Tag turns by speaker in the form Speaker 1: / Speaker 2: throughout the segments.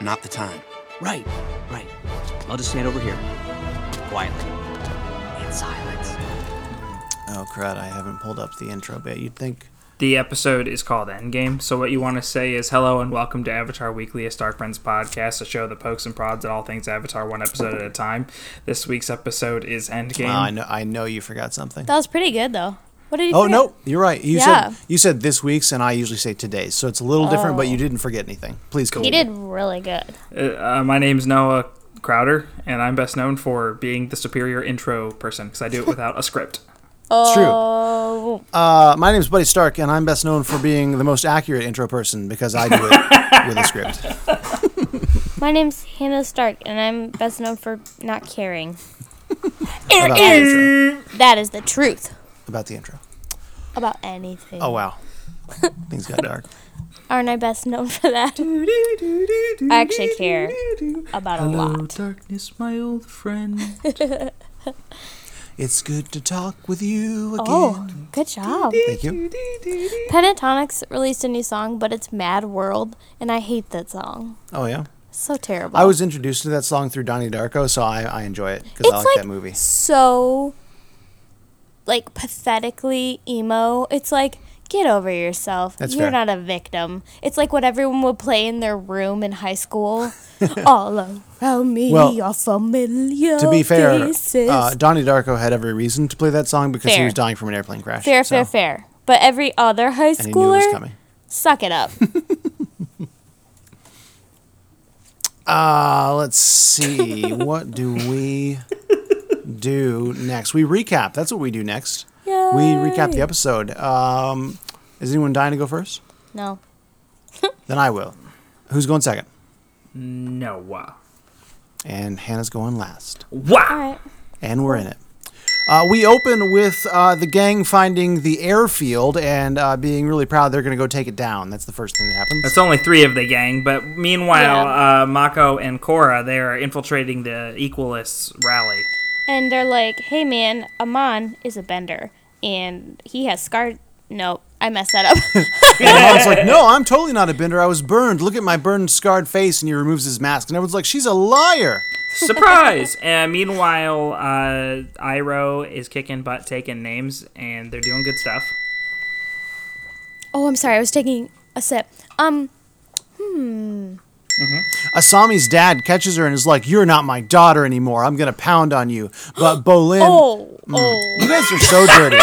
Speaker 1: not the time.
Speaker 2: Right, right. I'll just stand over here. Quietly. In silence.
Speaker 3: Oh crud, I haven't pulled up the intro bit. You'd think
Speaker 4: The episode is called Endgame, so what you want to say is hello and welcome to Avatar Weekly, a Star Friends podcast, a show that pokes and prods at all things Avatar one episode at a time. This week's episode is Endgame.
Speaker 3: Wow, I know I know you forgot something.
Speaker 5: That was pretty good though. What did you?
Speaker 3: Oh
Speaker 5: forget?
Speaker 3: no, you're right. You
Speaker 5: Yeah.
Speaker 3: said you said this week's and I usually say today's, so it's a little different, but you didn't forget anything. Please go.
Speaker 5: He Oh. did really good.
Speaker 4: Uh, my name's Noah Crowder, and I'm best known for being the superior intro person because I do it without a script.
Speaker 3: It's true.
Speaker 5: Oh,
Speaker 3: Uh, my name's Buddy Stark, and I'm best known for being the most accurate intro person because I do it with a script.
Speaker 5: my name's Hannah Stark, and I'm best known for not caring.
Speaker 3: About the intro.
Speaker 5: That is the truth
Speaker 3: About the intro.
Speaker 5: about anything.
Speaker 3: Oh wow, things got dark.
Speaker 5: Aren't I best known for that? I actually care about a
Speaker 4: Hello,
Speaker 5: lot.
Speaker 4: darkness, my old friend.
Speaker 3: It's good to talk with you again.
Speaker 5: Oh, good job.
Speaker 3: Thank you.
Speaker 5: Pentatonics released a new song, but it's Mad World, and I hate that song.
Speaker 3: Oh yeah.
Speaker 5: So terrible.
Speaker 3: I was introduced to that song through Donnie Darko, so I, I enjoy it because I like, that movie.
Speaker 5: so like pathetically emo. It's like get over yourself.
Speaker 3: That's
Speaker 5: You're
Speaker 3: fair.
Speaker 5: not a victim. It's like what everyone would play in their room in high school. All around me
Speaker 3: Well,
Speaker 5: are familiar
Speaker 3: To be fair,
Speaker 5: faces.
Speaker 3: uh, Donnie Darko had every reason to play that song because he
Speaker 5: Fair.
Speaker 3: was dying from an airplane crash.
Speaker 5: fair,
Speaker 3: so-
Speaker 5: fair, fair. But every other high
Speaker 3: And he knew it was
Speaker 5: schooler,
Speaker 3: coming.
Speaker 5: suck it up.
Speaker 3: Uh, let's see. what do we do next? We recap. That's what we do next. We recap the episode. Um, is anyone dying to go first?
Speaker 5: no.
Speaker 3: Then I will. Who's going second?
Speaker 4: Noah.
Speaker 3: And Hannah's going last.
Speaker 4: Wow.
Speaker 5: All right.
Speaker 3: And we're in it. Uh, we open with uh, the gang finding the airfield and uh, being really proud they're going to go take it down. That's the first thing that happens.
Speaker 4: It's only three of the gang, but meanwhile,
Speaker 5: Yeah.
Speaker 4: uh, Mako and Korra they are infiltrating the Equalists rally.
Speaker 5: And they're like, hey man, Amon is a bender, and he has scar. No, I messed that up.
Speaker 3: And mom's like, no, I'm totally not a bender. I was burned. Look at my burned, scarred face. And he removes his mask. And everyone's like, she's a liar.
Speaker 4: Surprise! and meanwhile, uh, Iroh is kicking butt, taking names, and they're doing good stuff.
Speaker 5: oh, I'm sorry. I was taking a sip. Um.
Speaker 3: Asami's dad catches her and is like, you're not my daughter anymore. I'm going to pound on you. But Bolin,
Speaker 5: Oh, oh.
Speaker 3: you guys are so dirty.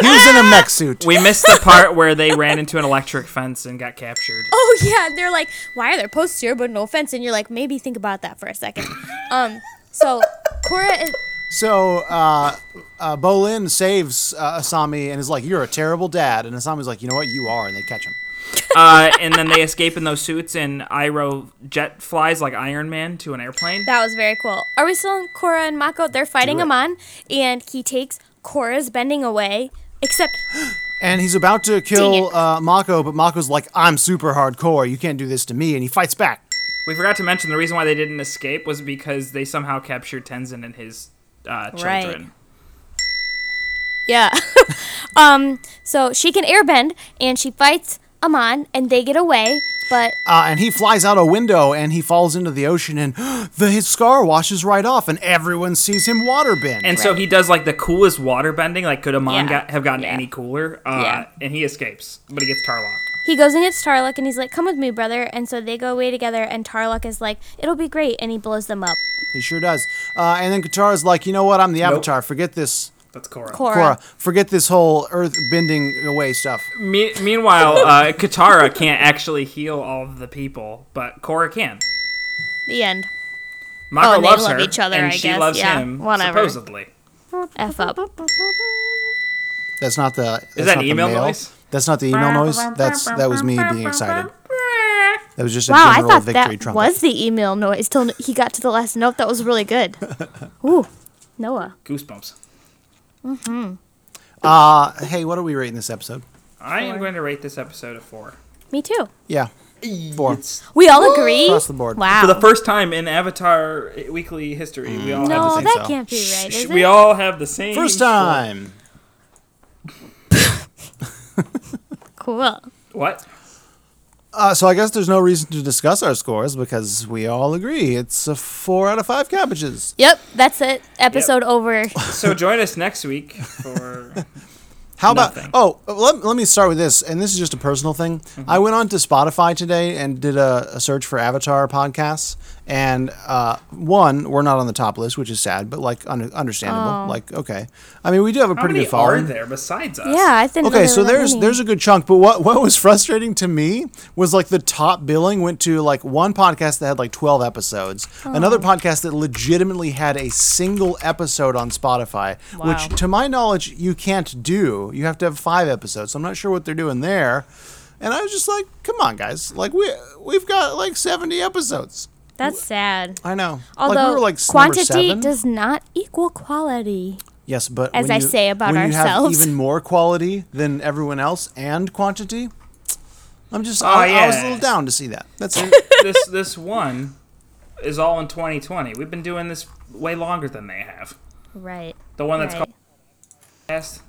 Speaker 3: he was in a mech suit.
Speaker 4: We missed the part where they ran into an electric fence and got captured.
Speaker 5: Oh yeah, they're like, why are there posts here but no offense? And you're like, maybe think about that for a second. Um, so Cora is
Speaker 3: So uh, uh, Bolin saves uh, Asami and is like, you're a terrible dad. And Asami's like, you know what? You are. And they catch him.
Speaker 4: Uh, and then they escape in those suits, and Iroh jet flies like Iron Man to an airplane.
Speaker 5: that was very cool. Are we still in Cora and Mako? They're fighting Amon, and he takes Cora's bending away. Except
Speaker 3: And he's about to
Speaker 5: Dang
Speaker 3: kill
Speaker 5: it.
Speaker 3: uh, Mako, but Mako's like, I'm super hardcore. You can't do this to me. And he fights back.
Speaker 4: We forgot to mention the reason why they didn't escape was because they somehow captured Tenzin and his uh,
Speaker 5: Right.
Speaker 4: children.
Speaker 5: yeah, um, so she can airbend, and she fights Amon, and they get away. But
Speaker 3: Uh, and he flies out a window and he falls into the ocean and the his scar washes right off and everyone sees him waterbend.
Speaker 4: And so he does like the coolest water bending. Like could Amon
Speaker 5: Yeah.
Speaker 4: got, have gotten
Speaker 5: Yeah.
Speaker 4: any cooler? Uh,
Speaker 5: Yeah.
Speaker 4: And he escapes, but he gets Tarlock.
Speaker 5: he goes and gets Tarlok, and he's like, "Come with me, brother." And so they go away together, and Tarlok is like, "It'll be great," and he blows them up.
Speaker 3: he sure does. Uh, and then Katara's like, you know what? I'm the Avatar. Forget this,
Speaker 4: That's Korra.
Speaker 3: Korra. Forget this whole earth bending away stuff.
Speaker 4: Me- meanwhile, uh, Katara can't actually heal all of the people, but Korra can.
Speaker 5: The end.
Speaker 4: Mako
Speaker 5: Oh, and they
Speaker 4: loves
Speaker 5: love
Speaker 4: her,
Speaker 5: each other,
Speaker 4: and
Speaker 5: I
Speaker 4: she
Speaker 5: guess.
Speaker 4: loves
Speaker 5: Yeah,
Speaker 4: him.
Speaker 5: whatever.
Speaker 4: Supposedly,
Speaker 5: F up.
Speaker 3: That's not the. That's
Speaker 4: that
Speaker 3: not the
Speaker 4: email
Speaker 3: mail.
Speaker 4: noise?
Speaker 3: That's not the email noise. That's that was me being excited. That was just a
Speaker 5: Wow, I
Speaker 3: general
Speaker 5: thought
Speaker 3: victory
Speaker 5: that
Speaker 3: trumpet.
Speaker 5: was the email noise till he got to the last note. That was really good. Ooh, Noah.
Speaker 4: goosebumps.
Speaker 3: Uh, hey, what are we rating this episode?
Speaker 4: I am going to rate this episode a four.
Speaker 5: Me too.
Speaker 3: Yeah, four
Speaker 5: We all agree.
Speaker 3: across the board.
Speaker 5: Wow.
Speaker 4: For the first time in Avatar Weekly history, we all have the
Speaker 5: no,
Speaker 3: think
Speaker 5: that
Speaker 3: so.
Speaker 5: can't be right. Is
Speaker 4: same.
Speaker 5: it?
Speaker 4: We all have the same.
Speaker 3: Mm. First time.
Speaker 5: cool.
Speaker 4: What?
Speaker 3: Uh, so I guess there's no reason to discuss our scores because we all agree it's a four out of five cabbages.
Speaker 5: Yep, that's it. Episode over.
Speaker 4: So join us next week for.
Speaker 3: How
Speaker 4: Nothing. Mm-hmm.
Speaker 3: about? Oh, let, let me start with this, and this is just a personal thing. I went on to Spotify today and did a, a search for Avatar podcasts, and uh, one we're not on the top list, which is sad, but like un- understandable. Like okay, I mean we do have a
Speaker 4: How
Speaker 3: pretty
Speaker 4: many
Speaker 3: good
Speaker 4: are
Speaker 3: following.
Speaker 4: there besides us?
Speaker 5: Yeah, I think.
Speaker 3: Okay, so there's there's a good chunk, but what what was frustrating to me was like the top billing went to like one podcast that had like 12 episodes,
Speaker 5: Oh.
Speaker 3: another podcast that legitimately had a single episode on Spotify,
Speaker 5: Wow.
Speaker 3: which to my knowledge you can't do. You have to have 5 episodes. So I'm not sure what they're doing there. And I was just like, "Come on, guys. Like we we've got like 70 episodes."
Speaker 5: that's sad.
Speaker 3: I know.
Speaker 5: Although
Speaker 3: like we were like s- number
Speaker 5: quantity
Speaker 3: seven.
Speaker 5: does not equal quality.
Speaker 3: Yes, but
Speaker 5: as
Speaker 3: when
Speaker 5: I
Speaker 3: you-
Speaker 5: say about
Speaker 3: when
Speaker 5: ourselves.
Speaker 3: you have even more quality than everyone else and quantity. I'm just,
Speaker 4: Oh,
Speaker 3: I, I was a
Speaker 4: yeah.
Speaker 3: little down to see that. That's it.
Speaker 4: this this one is all in 2020. We've been doing this way longer than they have.
Speaker 5: Right.
Speaker 4: The one that's
Speaker 5: Right.
Speaker 4: called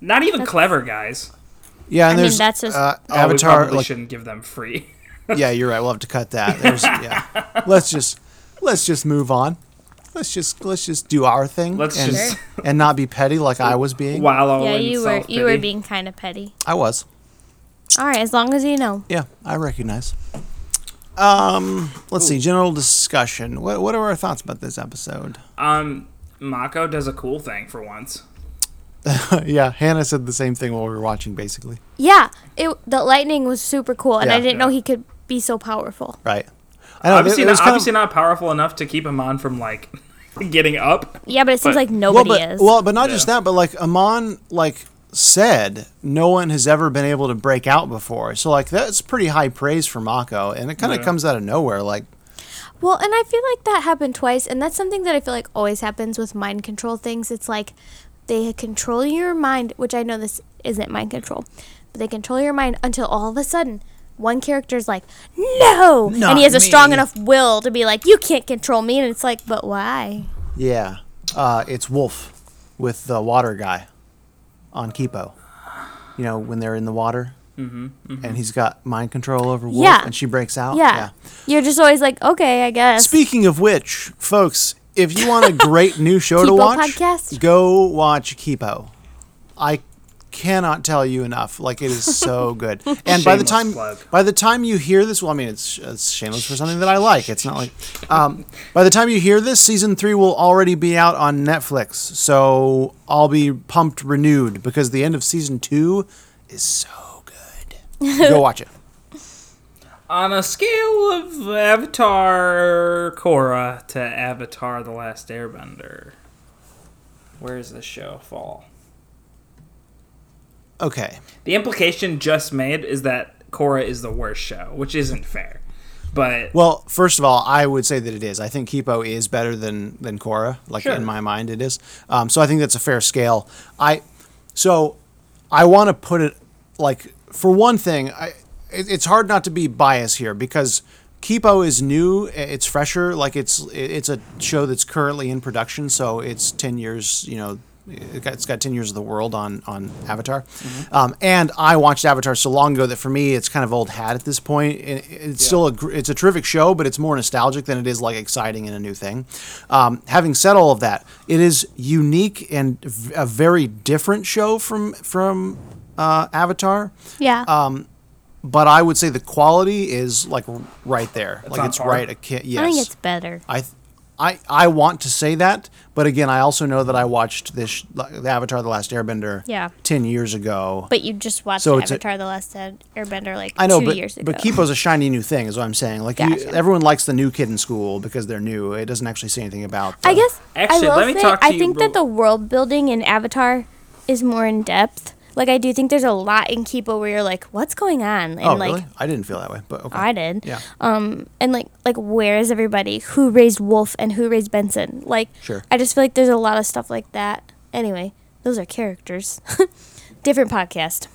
Speaker 4: not even clever guys.
Speaker 3: yeah, and
Speaker 5: I mean,
Speaker 3: there's
Speaker 5: that's just-
Speaker 3: uh,
Speaker 4: Oh, we
Speaker 3: Avatar.
Speaker 4: probably
Speaker 3: like,
Speaker 4: shouldn't give them free.
Speaker 3: yeah, you're right. We'll have to cut that. There's, yeah, let's just let's just move on. Let's just let's just do our thing
Speaker 4: Let's
Speaker 3: and
Speaker 4: just-
Speaker 3: and not be petty like I was being.
Speaker 4: Wallow
Speaker 5: Yeah,
Speaker 4: in
Speaker 5: you were you were
Speaker 4: self-pity.
Speaker 5: being kind of petty.
Speaker 3: I was.
Speaker 5: All right, as long as you know.
Speaker 3: Yeah, I recognize. Um, let's see. General discussion. What what are our thoughts about this episode?
Speaker 4: Um, Mako does a cool thing for once.
Speaker 3: yeah, Hannah said the same thing while we were watching, basically.
Speaker 5: Yeah, it the lightning was super cool, and I
Speaker 3: Yeah.
Speaker 5: didn't know
Speaker 4: Yeah.
Speaker 5: he could be so powerful.
Speaker 3: Right. I know,
Speaker 4: obviously,
Speaker 3: it- it was
Speaker 4: not,
Speaker 3: kind of-
Speaker 4: obviously not powerful enough to keep him on from like getting up.
Speaker 5: Yeah, but it seems
Speaker 4: But-
Speaker 5: like nobody
Speaker 3: well, but,
Speaker 5: is.
Speaker 3: Well, but not just
Speaker 4: Yeah.
Speaker 3: that, but like Amon, like said, no one has ever been able to break out before. So like that's pretty high praise for Mako, and it kind of
Speaker 4: Yeah.
Speaker 3: comes out of nowhere. Like
Speaker 5: Well, and I feel like that happened twice, and that's something that I feel like always happens with mind control things. It's like they control your mind, which I know this isn't mind control, but they control your mind until all of a sudden one character's like, "No," and
Speaker 3: Not
Speaker 5: he has a strong
Speaker 3: me.
Speaker 5: enough will to be like, "You can't control me," and it's like, "But why?"
Speaker 3: yeah, uh, it's Wolf with the water guy on Kipo. You know when they're in the water,
Speaker 4: Mm-hmm,
Speaker 3: and he's got mind control over Wolf,
Speaker 5: Yeah.
Speaker 3: and she breaks out.
Speaker 5: Yeah. you're just always like, "Okay, I guess."
Speaker 3: Speaking of which, folks, if you want a great new show to
Speaker 5: Kipo
Speaker 3: watch,
Speaker 5: podcast?
Speaker 3: go watch Kipo. I cannot tell you enough. Like it is so good. And by the
Speaker 4: Shameless
Speaker 3: time
Speaker 4: plug.
Speaker 3: by the time you hear this, well, I mean it's, it's shameless for something that I like. It's not like um, by the time you hear this, season three will already be out on Netflix. So I'll be pumped renewed because the end of season two is so good. go watch it.
Speaker 4: On a scale of Avatar Korra to Avatar The Last Airbender, where does the show fall?
Speaker 3: Okay.
Speaker 4: The implication just made is that Korra is the worst show, which isn't fair. But
Speaker 3: Well, first of all, I would say that it is. I think Kipo is better than than Korra. Like
Speaker 4: Sure.
Speaker 3: in my mind, it is. Um, so I think that's a fair scale. I so I want to put it like for one thing, I it, it's hard not to be biased here because Kipo is new. i- It's fresher. Like it's i- it's a show that's currently in production, so it's ten years. You know. It got, it's got 10 years of the world on on avatar um, and i watched avatar so long ago that for me it's kind of old hat at this point and it's still a gr- it's a terrific show but it's more nostalgic than it is like exciting and a new thing um, having said all of that it is unique and v- a very different show from from uh, avatar
Speaker 5: yeah.
Speaker 3: um, but I would say the quality is like r- right there. like
Speaker 4: on
Speaker 3: it's
Speaker 4: par.
Speaker 3: right. A ki- yes.
Speaker 5: I think it's better.
Speaker 3: I, th- I, I want to say that, but again, I also know that I watched this sh- like, the Avatar: The Last Airbender.
Speaker 5: Yeah.
Speaker 3: Ten years ago.
Speaker 5: But you just watched
Speaker 3: So it's a-
Speaker 5: Avatar: The Last Airbender like
Speaker 3: I know,
Speaker 5: two
Speaker 3: but
Speaker 5: years ago.
Speaker 3: but Kipo's a shiny new thing, is what I'm saying. Like you,
Speaker 5: Gotcha.
Speaker 3: everyone likes the new kid in school because they're new. It doesn't actually say anything about.
Speaker 5: I
Speaker 3: the-
Speaker 5: guess
Speaker 4: Actually,
Speaker 5: I will
Speaker 4: let me
Speaker 5: say
Speaker 4: talk to
Speaker 5: I
Speaker 4: you
Speaker 5: think
Speaker 4: real-
Speaker 5: that the world building in Avatar is more in depth. Like I do think there's a lot in Kipo where you're like, what's going on? And
Speaker 3: Oh,
Speaker 5: like
Speaker 3: really? I didn't feel that way, but okay.
Speaker 5: I did.
Speaker 3: Yeah.
Speaker 5: And like like where is everybody? Who raised Wolf and who raised Benson? Like
Speaker 3: Sure.
Speaker 5: I just feel like there's a lot of stuff like that. Anyway, those are characters. Different podcast.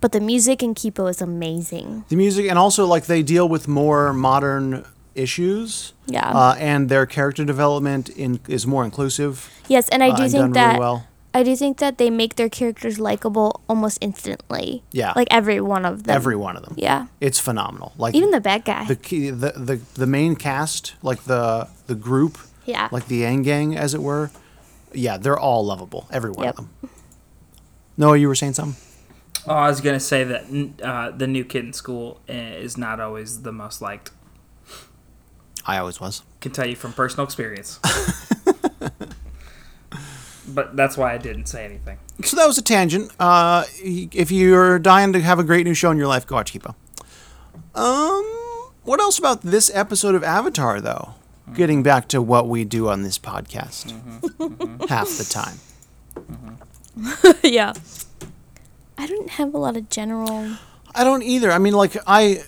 Speaker 5: But the music in Kipo is amazing.
Speaker 3: the music and also like they deal with more modern issues
Speaker 5: Yeah.
Speaker 3: uh, and their character development in, is more inclusive
Speaker 5: Yes, and I
Speaker 3: uh,
Speaker 5: do
Speaker 3: and
Speaker 5: think
Speaker 3: done
Speaker 5: that
Speaker 3: really well
Speaker 5: I do think that they make their characters likable almost instantly.
Speaker 3: Yeah.
Speaker 5: Like every one of them.
Speaker 3: Every one of them.
Speaker 5: Yeah.
Speaker 3: It's phenomenal. Like
Speaker 5: Even the bad guy.
Speaker 3: the key the, the the main cast like the the group
Speaker 5: Yeah.
Speaker 3: like the yang gang as it were yeah they're all lovable every one
Speaker 5: Yep.
Speaker 3: of them noah you were saying something
Speaker 4: Oh, I was gonna say that n- uh, the new kid in school eh, is not always the most liked.
Speaker 3: i always was
Speaker 4: Can tell you from personal experience. but that's why I didn't say anything.
Speaker 3: so that was a tangent uh if you're dying to have a great new show in your life go watch kipo um what else about this episode of avatar though
Speaker 4: Mm-hmm.
Speaker 3: getting back to what we do on this podcast
Speaker 4: Mm-hmm.
Speaker 3: half the time
Speaker 5: yeah. I don't have a lot of general.
Speaker 3: I don't either. I mean, like I,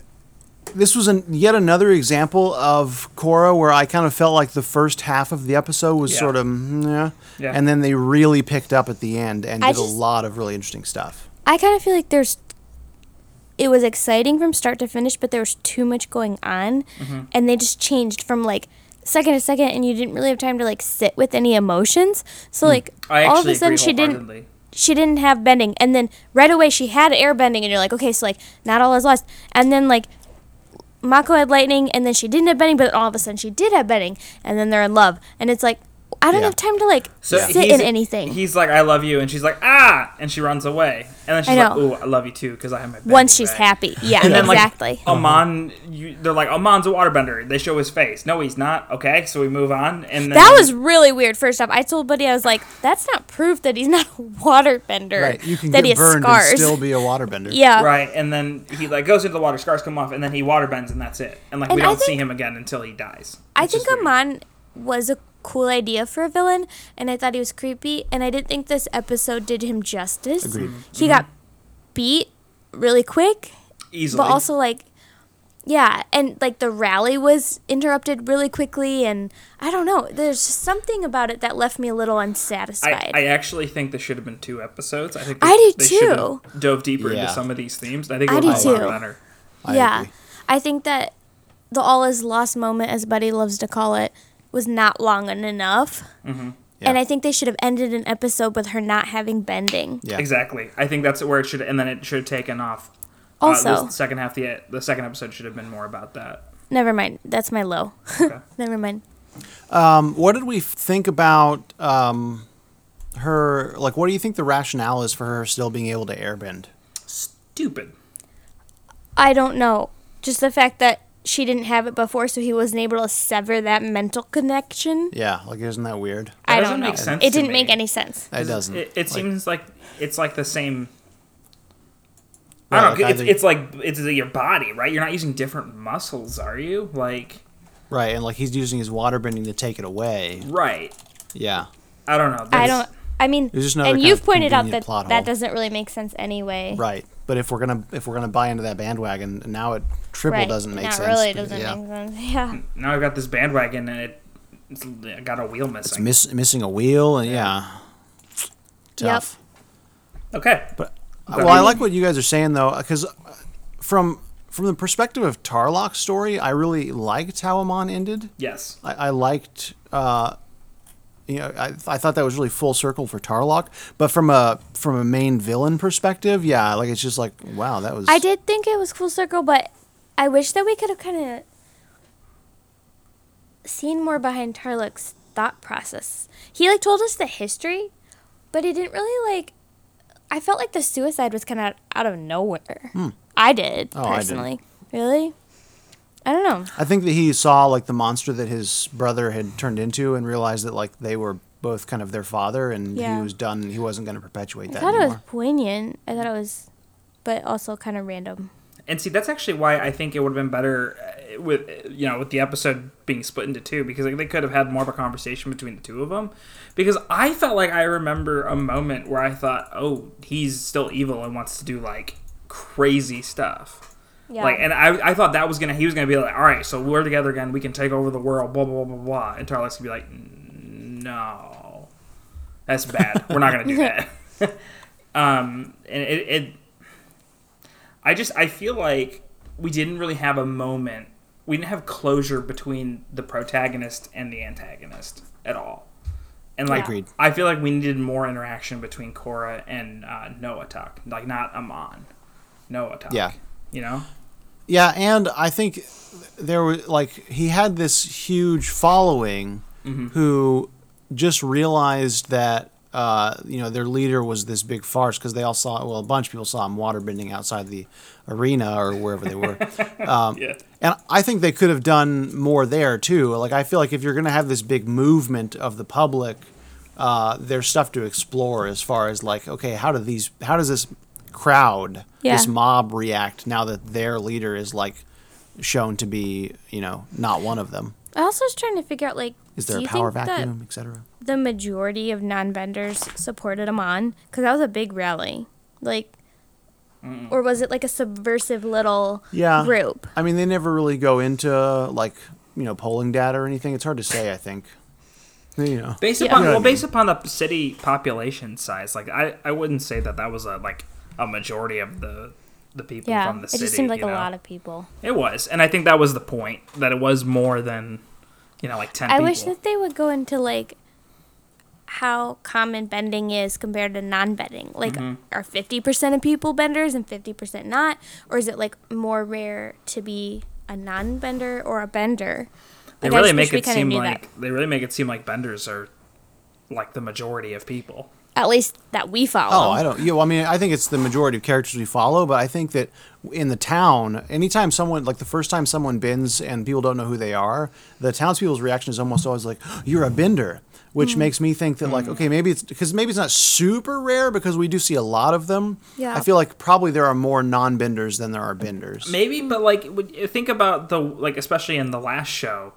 Speaker 3: this was an, yet another example of Korra where I kind of felt like the first half of the episode was
Speaker 4: Yeah.
Speaker 3: sort of mm, yeah,
Speaker 4: Yeah.
Speaker 3: and then they really picked up at the end and
Speaker 5: I
Speaker 3: did
Speaker 5: just-
Speaker 3: a lot of really interesting stuff.
Speaker 5: I kind of feel like there's. It was exciting from start to finish, but there was too much going on,
Speaker 3: Mm-hmm.
Speaker 5: and they just changed from like second to second, and you didn't really have time to like sit with any emotions.
Speaker 3: Hmm.
Speaker 5: So like
Speaker 4: I actually
Speaker 5: all of a sudden
Speaker 4: agree
Speaker 5: she didn't
Speaker 4: wholeheartedly.
Speaker 5: she didn't have bending and then right away she had air bending and you're like okay so like not all is lost and then like mako had lightning and then she didn't have bending but all of a sudden she did have bending and then they're in love and it's like i don't
Speaker 3: Yeah.
Speaker 5: have time to like
Speaker 4: So
Speaker 5: sit
Speaker 4: he's-
Speaker 5: in anything
Speaker 4: He's like, "I love you," and she's like, "Ah!" and she runs away. And then she's
Speaker 5: I
Speaker 4: like,
Speaker 5: know.
Speaker 4: "Ooh, I love you too," because I have my.
Speaker 5: once
Speaker 4: bending
Speaker 5: she's
Speaker 4: back.
Speaker 5: happy yeah
Speaker 4: And then, like,
Speaker 5: exactly
Speaker 3: oh,
Speaker 4: Amon, you, they're like, Amon's a waterbender. They show his face. No, he's not. Okay, so we move on. And then,
Speaker 5: that was really weird first off i told buddy i was like that's not proof that he's not a waterbender
Speaker 3: you can
Speaker 5: that he
Speaker 3: get
Speaker 5: has
Speaker 3: burned
Speaker 5: scars
Speaker 3: and still be a waterbender.
Speaker 5: yeah
Speaker 4: right. And then he like goes into the water, scars come off, and then he waterbends, and that's it. And like we
Speaker 5: And I
Speaker 4: don't see
Speaker 5: think-
Speaker 4: him again until he dies.
Speaker 5: I
Speaker 4: It's just
Speaker 5: think
Speaker 4: weird.
Speaker 5: Amon was a cool idea for a villain, and I thought he was creepy, and I didn't think this episode did him justice.
Speaker 3: Agreed.
Speaker 5: He got beat really quick,
Speaker 4: easily,
Speaker 5: but also like, yeah, and like the rally was interrupted really quickly, and I don't know. There's just something about it that left me a little
Speaker 4: I,
Speaker 5: unsatisfied.
Speaker 4: I actually think there should have been two episodes. I think they,
Speaker 5: I do
Speaker 4: they should have
Speaker 5: too.
Speaker 4: dove deeper
Speaker 3: Yeah.
Speaker 4: into some of these themes. I think it
Speaker 5: I
Speaker 4: would have
Speaker 5: do
Speaker 4: been a
Speaker 5: too.
Speaker 4: lot better.
Speaker 3: I
Speaker 5: yeah,
Speaker 3: agree.
Speaker 5: I think that the all is lost moment, as Buddy loves to call it, was not long enough. And
Speaker 3: Mm-hmm. Yeah.
Speaker 5: I think they should have ended an episode with her not having bending.
Speaker 3: Yeah.
Speaker 4: Exactly. I think that's where it should, and then it should have taken off. Uh,
Speaker 5: Also,
Speaker 4: the second half, the the second episode should have been more about that.
Speaker 5: Never mind. That's my low.
Speaker 4: Okay.
Speaker 5: Never mind.
Speaker 3: Um, what did we think about um, her? Like, what do you think the rationale is for her still being able to airbend?
Speaker 4: Stupid.
Speaker 5: I don't know. Just the fact that she didn't have it before, so he wasn't able to sever that mental connection.
Speaker 3: Yeah, like isn't that weird?
Speaker 5: I
Speaker 4: doesn't
Speaker 5: don't know.
Speaker 4: make sense
Speaker 5: it
Speaker 4: to
Speaker 5: didn't
Speaker 4: me.
Speaker 5: make any sense.
Speaker 3: It doesn't.
Speaker 4: It, it
Speaker 3: like,
Speaker 4: seems like it's like the same.
Speaker 3: Right,
Speaker 4: I don't
Speaker 3: like
Speaker 4: know. It's,
Speaker 3: either-
Speaker 4: it's like it's your body, right? You're not using different muscles, are you? Like,
Speaker 3: right, and like he's using his waterbending to take it away.
Speaker 4: right?
Speaker 3: Yeah.
Speaker 4: I don't know.
Speaker 5: I
Speaker 4: There's-
Speaker 5: don't. I mean,
Speaker 3: It's just another
Speaker 5: and
Speaker 3: kind
Speaker 5: you've
Speaker 3: of
Speaker 5: pointed out
Speaker 3: convenient
Speaker 5: that
Speaker 3: plot hole.
Speaker 5: that doesn't really make sense anyway.
Speaker 3: Right. But if we're gonna if we're gonna buy into that bandwagon, now it triple
Speaker 5: Right.
Speaker 3: doesn't make
Speaker 5: Not
Speaker 3: sense.
Speaker 5: really
Speaker 3: but
Speaker 5: doesn't
Speaker 3: yeah.
Speaker 5: make sense. Yeah.
Speaker 4: Now I've got this bandwagon, and it it's I got a wheel missing.
Speaker 3: Miss, missing a wheel and yeah. Tough.
Speaker 4: okay,
Speaker 3: But
Speaker 4: But-
Speaker 3: well, I like what you guys are saying though, because from from the perspective of Tarlok's story, I really liked how Amon ended.
Speaker 4: yes,
Speaker 3: I, I liked, uh, you know, I, I thought that was really full circle for Tarlok. But from a from a main villain perspective, yeah, like it's just like wow, that was
Speaker 5: I did think it was full circle, but I wish that we could have kind of seen more behind Tarlok's thought process. He like told us the history, but he didn't really like. I felt like the suicide was kind of out of nowhere. I did
Speaker 3: Hmm. Oh, I didn't.
Speaker 5: personally. Really, I don't know.
Speaker 3: I think that he saw like the monster that his brother had turned into and realized that like they were both kind of their father and
Speaker 5: Yeah.
Speaker 3: he was done he wasn't going to perpetuate
Speaker 5: I
Speaker 3: that
Speaker 5: thought it was
Speaker 3: anymore.
Speaker 5: poignant. I thought it was, but also kind of random.
Speaker 4: and see that's actually why I think it would have been better uh, with uh, you know with the episode being split into two because like, they could have had more of a conversation between the two of them because I felt like I remember a moment where I thought oh he's still evil and wants to do like crazy stuff
Speaker 5: Yeah.
Speaker 4: Like, and I, I thought that was gonna, he was gonna be like, all right, so we're together again, we can take over the world, blah blah blah blah blah. And Tarlok's gonna be like, no, that's bad. We're not gonna do that. um, and it, it, I just, I feel like we didn't really have a moment. We didn't have closure between the protagonist and the antagonist at all. And like,
Speaker 3: Agreed.
Speaker 4: I feel like we needed more interaction between Korra and uh, Noah Tuck, like not Amon, Noah Tuck.
Speaker 3: Yeah.
Speaker 4: you know,
Speaker 3: Yeah, and I think there were like he had this huge following who just realized that uh, you know their leader was this big farce because they all saw well a bunch of people saw him waterbending outside the arena or wherever they were.
Speaker 4: yeah,
Speaker 3: And I think they could have done more there too. Like I feel like if you're going to have this big movement of the public, uh, there's stuff to explore as far as like, okay, how do these, how does this crowd, this
Speaker 5: Yeah.
Speaker 3: mob react now that their leader is like shown to be, you know, not one of them?
Speaker 5: I also was trying to figure out like,
Speaker 3: Is there
Speaker 5: do
Speaker 3: a
Speaker 5: you
Speaker 3: power
Speaker 5: think
Speaker 3: vacuum, etc.?
Speaker 5: that the majority of non-vendors supported Amon? Because that was a big rally, like, or was it like a subversive little
Speaker 3: Yeah.
Speaker 5: group?
Speaker 3: I mean, they never really go into like, you know, polling data or anything. It's hard to say. I think, you know,
Speaker 4: based
Speaker 5: Yeah.
Speaker 4: upon
Speaker 5: You know
Speaker 4: well,
Speaker 3: what I mean.
Speaker 4: based upon the city population size, like I, I wouldn't say that that was a like a majority of the the people
Speaker 5: Yeah,
Speaker 4: from the
Speaker 5: it
Speaker 4: city.
Speaker 5: just seemed like
Speaker 4: you
Speaker 5: a
Speaker 4: know?
Speaker 5: lot of people.
Speaker 4: It was, and I think that was the point that it was more than, you know, like ten.
Speaker 5: I
Speaker 4: people.
Speaker 5: wish that they would go into like how common bending is compared to non-bending. Like,
Speaker 4: Mm-hmm.
Speaker 5: are fifty percent of people benders and fifty percent not, or is it like more rare to be a non-bender or a bender?
Speaker 4: they
Speaker 5: Like, I
Speaker 4: really
Speaker 5: just
Speaker 4: make
Speaker 5: wish we
Speaker 4: it
Speaker 5: kinda
Speaker 4: seem
Speaker 5: knew that.
Speaker 4: like they really make it seem like benders are like the majority of people.
Speaker 5: at least that we follow.
Speaker 3: Oh, I don't. Yeah, well, I mean, I think it's the majority of characters we follow, but I think that in the town, anytime someone like the first time someone bends and people don't know who they are, the townspeople's reaction is almost always like, "Oh, "You're a bender,"
Speaker 5: Mm.
Speaker 3: which makes me think that like, okay, maybe it's because maybe it's not super rare because we do see a lot of them.
Speaker 5: Yeah.
Speaker 3: I feel like probably there are more non-benders than there are benders.
Speaker 4: Maybe, but like would- think about the like especially in the last show,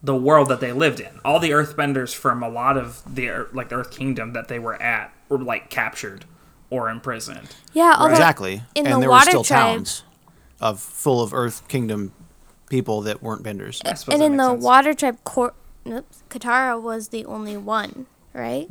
Speaker 4: the world that they lived in. All the Earthbenders from a lot of the Ear- like the Earth Kingdom that they were at were like captured or imprisoned.
Speaker 5: yeah, all that-
Speaker 3: exactly.
Speaker 5: In
Speaker 3: and
Speaker 5: the
Speaker 3: there
Speaker 5: water
Speaker 3: were still
Speaker 5: tribe,
Speaker 3: towns of full of Earth Kingdom people that weren't benders.
Speaker 4: I suppose
Speaker 5: and
Speaker 4: that
Speaker 5: in
Speaker 4: makes
Speaker 5: the
Speaker 4: sense.
Speaker 5: water tribe, Cor- oops, Katara was the only one, right?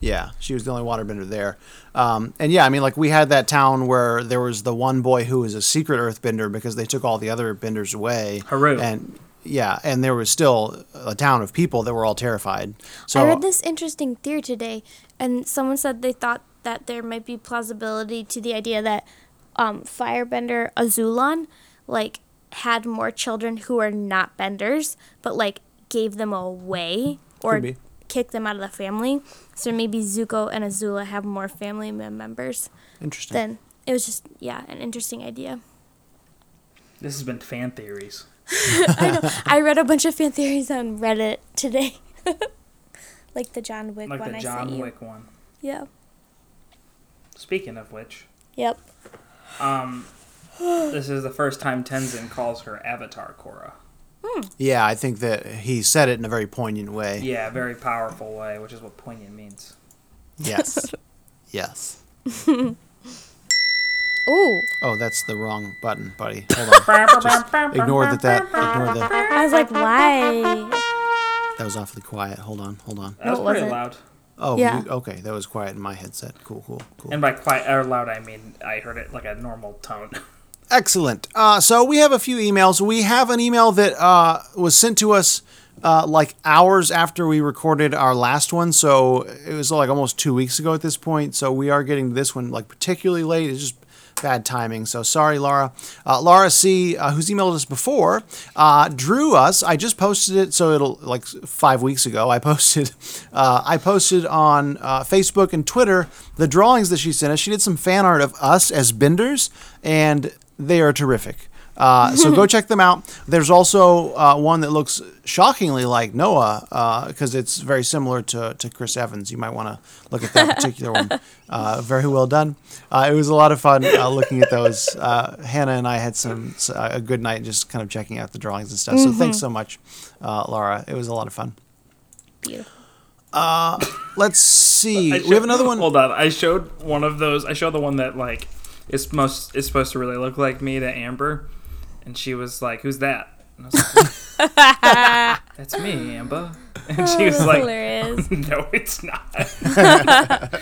Speaker 3: Yeah, she was the only waterbender there. Um, and yeah, I mean, like we had that town where there was the one boy who was a secret earthbender because they took all the other benders away.
Speaker 4: Haru.
Speaker 3: And yeah, and there was still a town of people that were all terrified. So
Speaker 5: I read this interesting theory today, and someone said they thought that there might be plausibility to the idea that um, Firebender Azulon, like, had more children who are not benders, but like gave them away or
Speaker 3: Could be.
Speaker 5: kicked them out of the family. So maybe Zuko and Azula have more family mem- members.
Speaker 3: interesting.
Speaker 5: Then it was just yeah, an interesting idea.
Speaker 4: This has been fan theories.
Speaker 5: I read a bunch of fan theories on Reddit today. like the John Wick
Speaker 4: Like
Speaker 5: one
Speaker 4: the
Speaker 5: I
Speaker 4: John
Speaker 5: sent
Speaker 4: Wick one.
Speaker 5: you. Yeah.
Speaker 4: Speaking of which,
Speaker 5: Yep.
Speaker 4: this is the first time Tenzin calls her Avatar Korra.
Speaker 3: yeah, I think that he said it in a very poignant way.
Speaker 4: Yeah, very powerful way, which is what poignant means.
Speaker 3: Yes. yes.
Speaker 5: Ooh.
Speaker 3: Oh, that's the wrong button, buddy. Hold on. Ignore that. That ignore that.
Speaker 5: I was like, why?
Speaker 3: That was awfully quiet. Hold on. Hold on.
Speaker 4: That was
Speaker 5: it
Speaker 4: pretty
Speaker 5: wasn't.
Speaker 4: loud.
Speaker 3: Oh,
Speaker 5: Yeah.
Speaker 3: you- okay. That was quiet in my headset. Cool. Cool. Cool.
Speaker 4: And by quiet or loud, I mean I heard it like a normal tone.
Speaker 3: Excellent. Uh, so we have a few emails. We have an email that uh, was sent to us uh, like hours after we recorded our last one. So it was like almost two weeks ago at this point. So we are getting this one like particularly late. It's just bad timing. So sorry, Laura. Uh, Laura C, uh, who's emailed us before, uh, drew us. I just posted it. So it'll like five weeks ago. I posted. Uh, I posted on uh, Facebook and Twitter the drawings that she sent us. She did some fan art of us as benders and they are terrific. Uh, so go check them out. There's also uh, one that looks shockingly like Noah because it's very similar to, to Chris Evans. You might want to look at that particular one. Uh, very well done. Uh, it was a lot of fun uh, looking at those. Uh, Hannah and I had some s- uh, a good night just kind of checking out the drawings and stuff. So thanks so much, uh, Laura. It was a lot of fun.
Speaker 5: Beautiful.
Speaker 3: Let's see.
Speaker 4: I
Speaker 3: we have
Speaker 4: showed-
Speaker 3: another one.
Speaker 4: Hold on, I showed one of those. I showed the one that like is most is supposed to really look like me to Amber, and she was like, "Who's that?" And I was like, "That's me, Amber." And she was like,
Speaker 5: Hilarious.
Speaker 4: "No, it's not."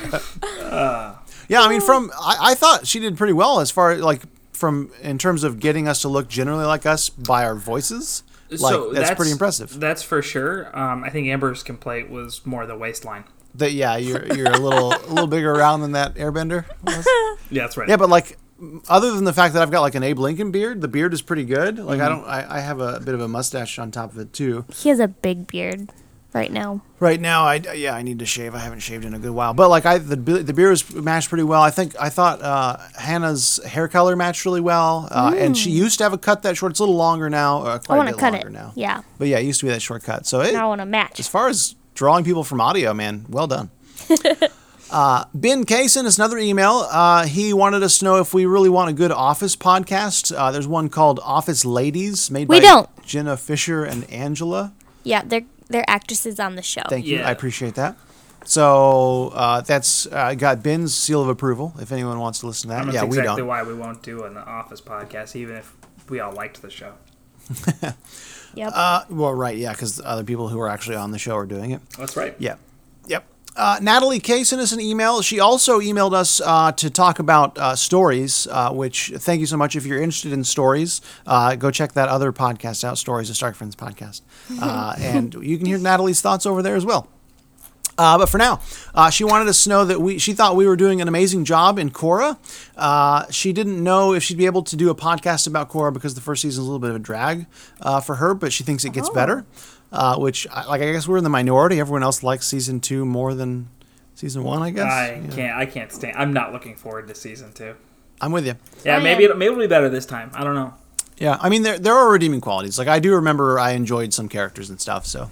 Speaker 3: Yeah, I mean, from I, I thought she did pretty well as far like from in terms of getting us to look generally like us by our voices. Like, that's pretty impressive.
Speaker 4: That's for sure. Um, I think Amber's complaint was more the waistline.
Speaker 3: That yeah, you're you're a little a little bigger around than that Airbender. was.
Speaker 4: Yeah, that's right.
Speaker 3: Yeah, but like other than the fact that I've got like an Abe Lincoln beard, the beard is pretty good. Like I don't I, I have a bit of a mustache on top of it too.
Speaker 5: He has a big beard right now.
Speaker 3: Right now, I yeah, I need to shave. I haven't shaved in a good while. But like I, the be- the beer was matched pretty well. I think I thought uh, Hannah's hair color matched really well, uh, and she used to have a cut that short. It's a little longer now. Uh, quite a
Speaker 5: I want to
Speaker 3: bit
Speaker 5: Mm. cut
Speaker 3: longer
Speaker 5: it.
Speaker 3: now.
Speaker 5: Yeah.
Speaker 3: But yeah, it used to be that short cut. So it,
Speaker 5: Now I want to match.
Speaker 3: as far as drawing people from audio, man, well done. uh, ben Kaysen is another email. Uh, he wanted us to know if we really want a good office podcast. Uh, there's one called Office Ladies made
Speaker 5: We
Speaker 3: by
Speaker 5: don't.
Speaker 3: Jenna Fisher and Angela.
Speaker 5: yeah, they're they're actresses on the show.
Speaker 3: Thank you.
Speaker 4: Yeah.
Speaker 3: I appreciate that. So uh, that's uh, got Ben's seal of approval. If anyone wants to listen to
Speaker 4: And
Speaker 3: that,
Speaker 4: that's
Speaker 3: yeah, we
Speaker 4: exactly
Speaker 3: don't.
Speaker 4: why we won't do an office podcast, even if we all liked the show.
Speaker 5: Yep.
Speaker 3: Uh, well, right, yeah, because other people who are actually on the show are doing it.
Speaker 4: That's right.
Speaker 3: Yeah. Yep. Uh, Natalie Kay sent us an email. She also emailed us uh, to talk about uh, stories, uh, which thank you so much. If you're interested in stories, uh, go check that other podcast out, Stories of Stark Friends podcast. Uh, and you can hear Natalie's thoughts over there as well. Uh, but for now, uh, she wanted us to know that we. She thought we were doing an amazing job in Cora. Uh, she didn't know if she'd be able to do a podcast about Cora because the first season is a little bit of a drag uh, for her, but she thinks it gets better. Uh, which, I, like, I guess we're in the minority. Everyone else likes season two more than season one. I guess.
Speaker 4: I
Speaker 3: Yeah.
Speaker 4: can't. I can't stand. I'm not looking forward to season two.
Speaker 3: I'm with you.
Speaker 4: Yeah,
Speaker 5: I
Speaker 4: maybe
Speaker 5: am.
Speaker 4: it, maybe it'll be better this time. I don't know.
Speaker 3: Yeah, I mean there there are redeeming qualities. Like I do remember I enjoyed some characters and stuff. So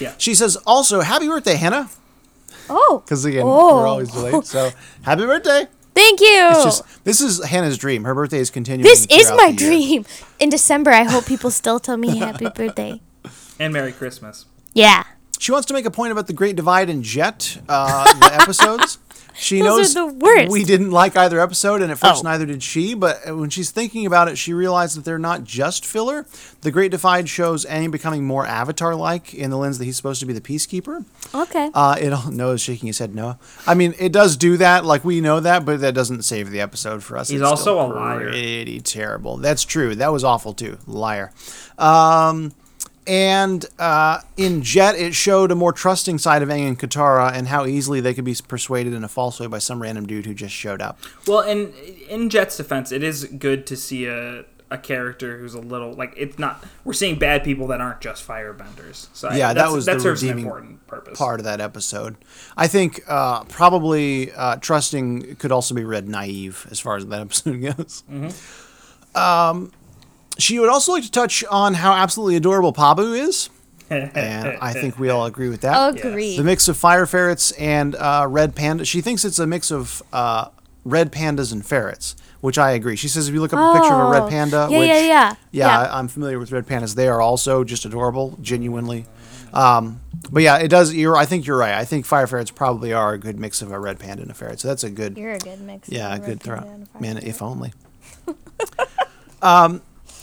Speaker 4: Yeah.
Speaker 3: she says also happy birthday, Hannah,
Speaker 5: oh.
Speaker 3: because again
Speaker 5: Oh.
Speaker 3: we're always delayed. So happy birthday.
Speaker 5: Thank you.
Speaker 3: It's just this is Hannah's dream. Her birthday is continuing.
Speaker 5: Oh. this is
Speaker 3: throughout
Speaker 5: my
Speaker 3: the year.
Speaker 5: dream. In December, I hope people still tell me happy birthday.
Speaker 4: And Merry Christmas.
Speaker 5: Yeah.
Speaker 3: She wants to make a point about the Great Divide and Jet uh, the episodes. She knows
Speaker 5: Those are the worst.
Speaker 3: we didn't like either episode, and at first
Speaker 5: Oh.
Speaker 3: neither did she. But when she's thinking about it, she realized that they're not just filler. The Great Divide shows Aang becoming more Avatar-like in the lens that he's supposed to be the peacekeeper.
Speaker 5: Okay.
Speaker 3: Uh, it all Noah's shaking his head. No, I mean it does do that. Like we know that, but that doesn't save the episode for us.
Speaker 4: He's
Speaker 3: It's
Speaker 4: also
Speaker 3: still
Speaker 4: a liar.
Speaker 3: Pretty terrible. That's true. That was awful too. Liar. Um, and uh, in Jet, it showed a more trusting side of Aang and Katara, and how easily they could be persuaded in a false way by some random dude who just showed up.
Speaker 4: Well, in in Jet's defense, it is good to see a a character who's a little like it's not. We're seeing bad people that aren't just firebenders. So I-
Speaker 3: Yeah, that
Speaker 4: that's-
Speaker 3: was
Speaker 4: that
Speaker 3: the
Speaker 4: serves an
Speaker 3: redeeming
Speaker 4: important purpose.
Speaker 3: Part of that episode, I think, uh, probably uh, trusting could also be read naive as far as that episode goes. Um, She would also like to touch on how absolutely adorable Pabu is, and I think we all agree with that.
Speaker 5: Agreed.
Speaker 3: The mix of fire ferrets and uh, red panda. She thinks it's a mix of uh, red pandas and ferrets, which I agree. She says if you look up a picture of a
Speaker 5: Oh.
Speaker 3: red panda,
Speaker 5: Yeah,
Speaker 3: which,
Speaker 5: yeah, yeah.
Speaker 3: yeah,
Speaker 5: Yeah.
Speaker 3: I- I'm familiar with red pandas. They are also just adorable, genuinely. Um, but yeah, it does. You're. I think you're right. I think fire ferrets probably are a good mix of a red panda and a ferret. So that's a good.
Speaker 5: You're a good mix.
Speaker 3: Yeah,
Speaker 5: of
Speaker 3: a
Speaker 5: red
Speaker 3: good
Speaker 5: panda
Speaker 3: throw.
Speaker 5: and a fire
Speaker 3: Man, if
Speaker 5: panda.
Speaker 3: only. um,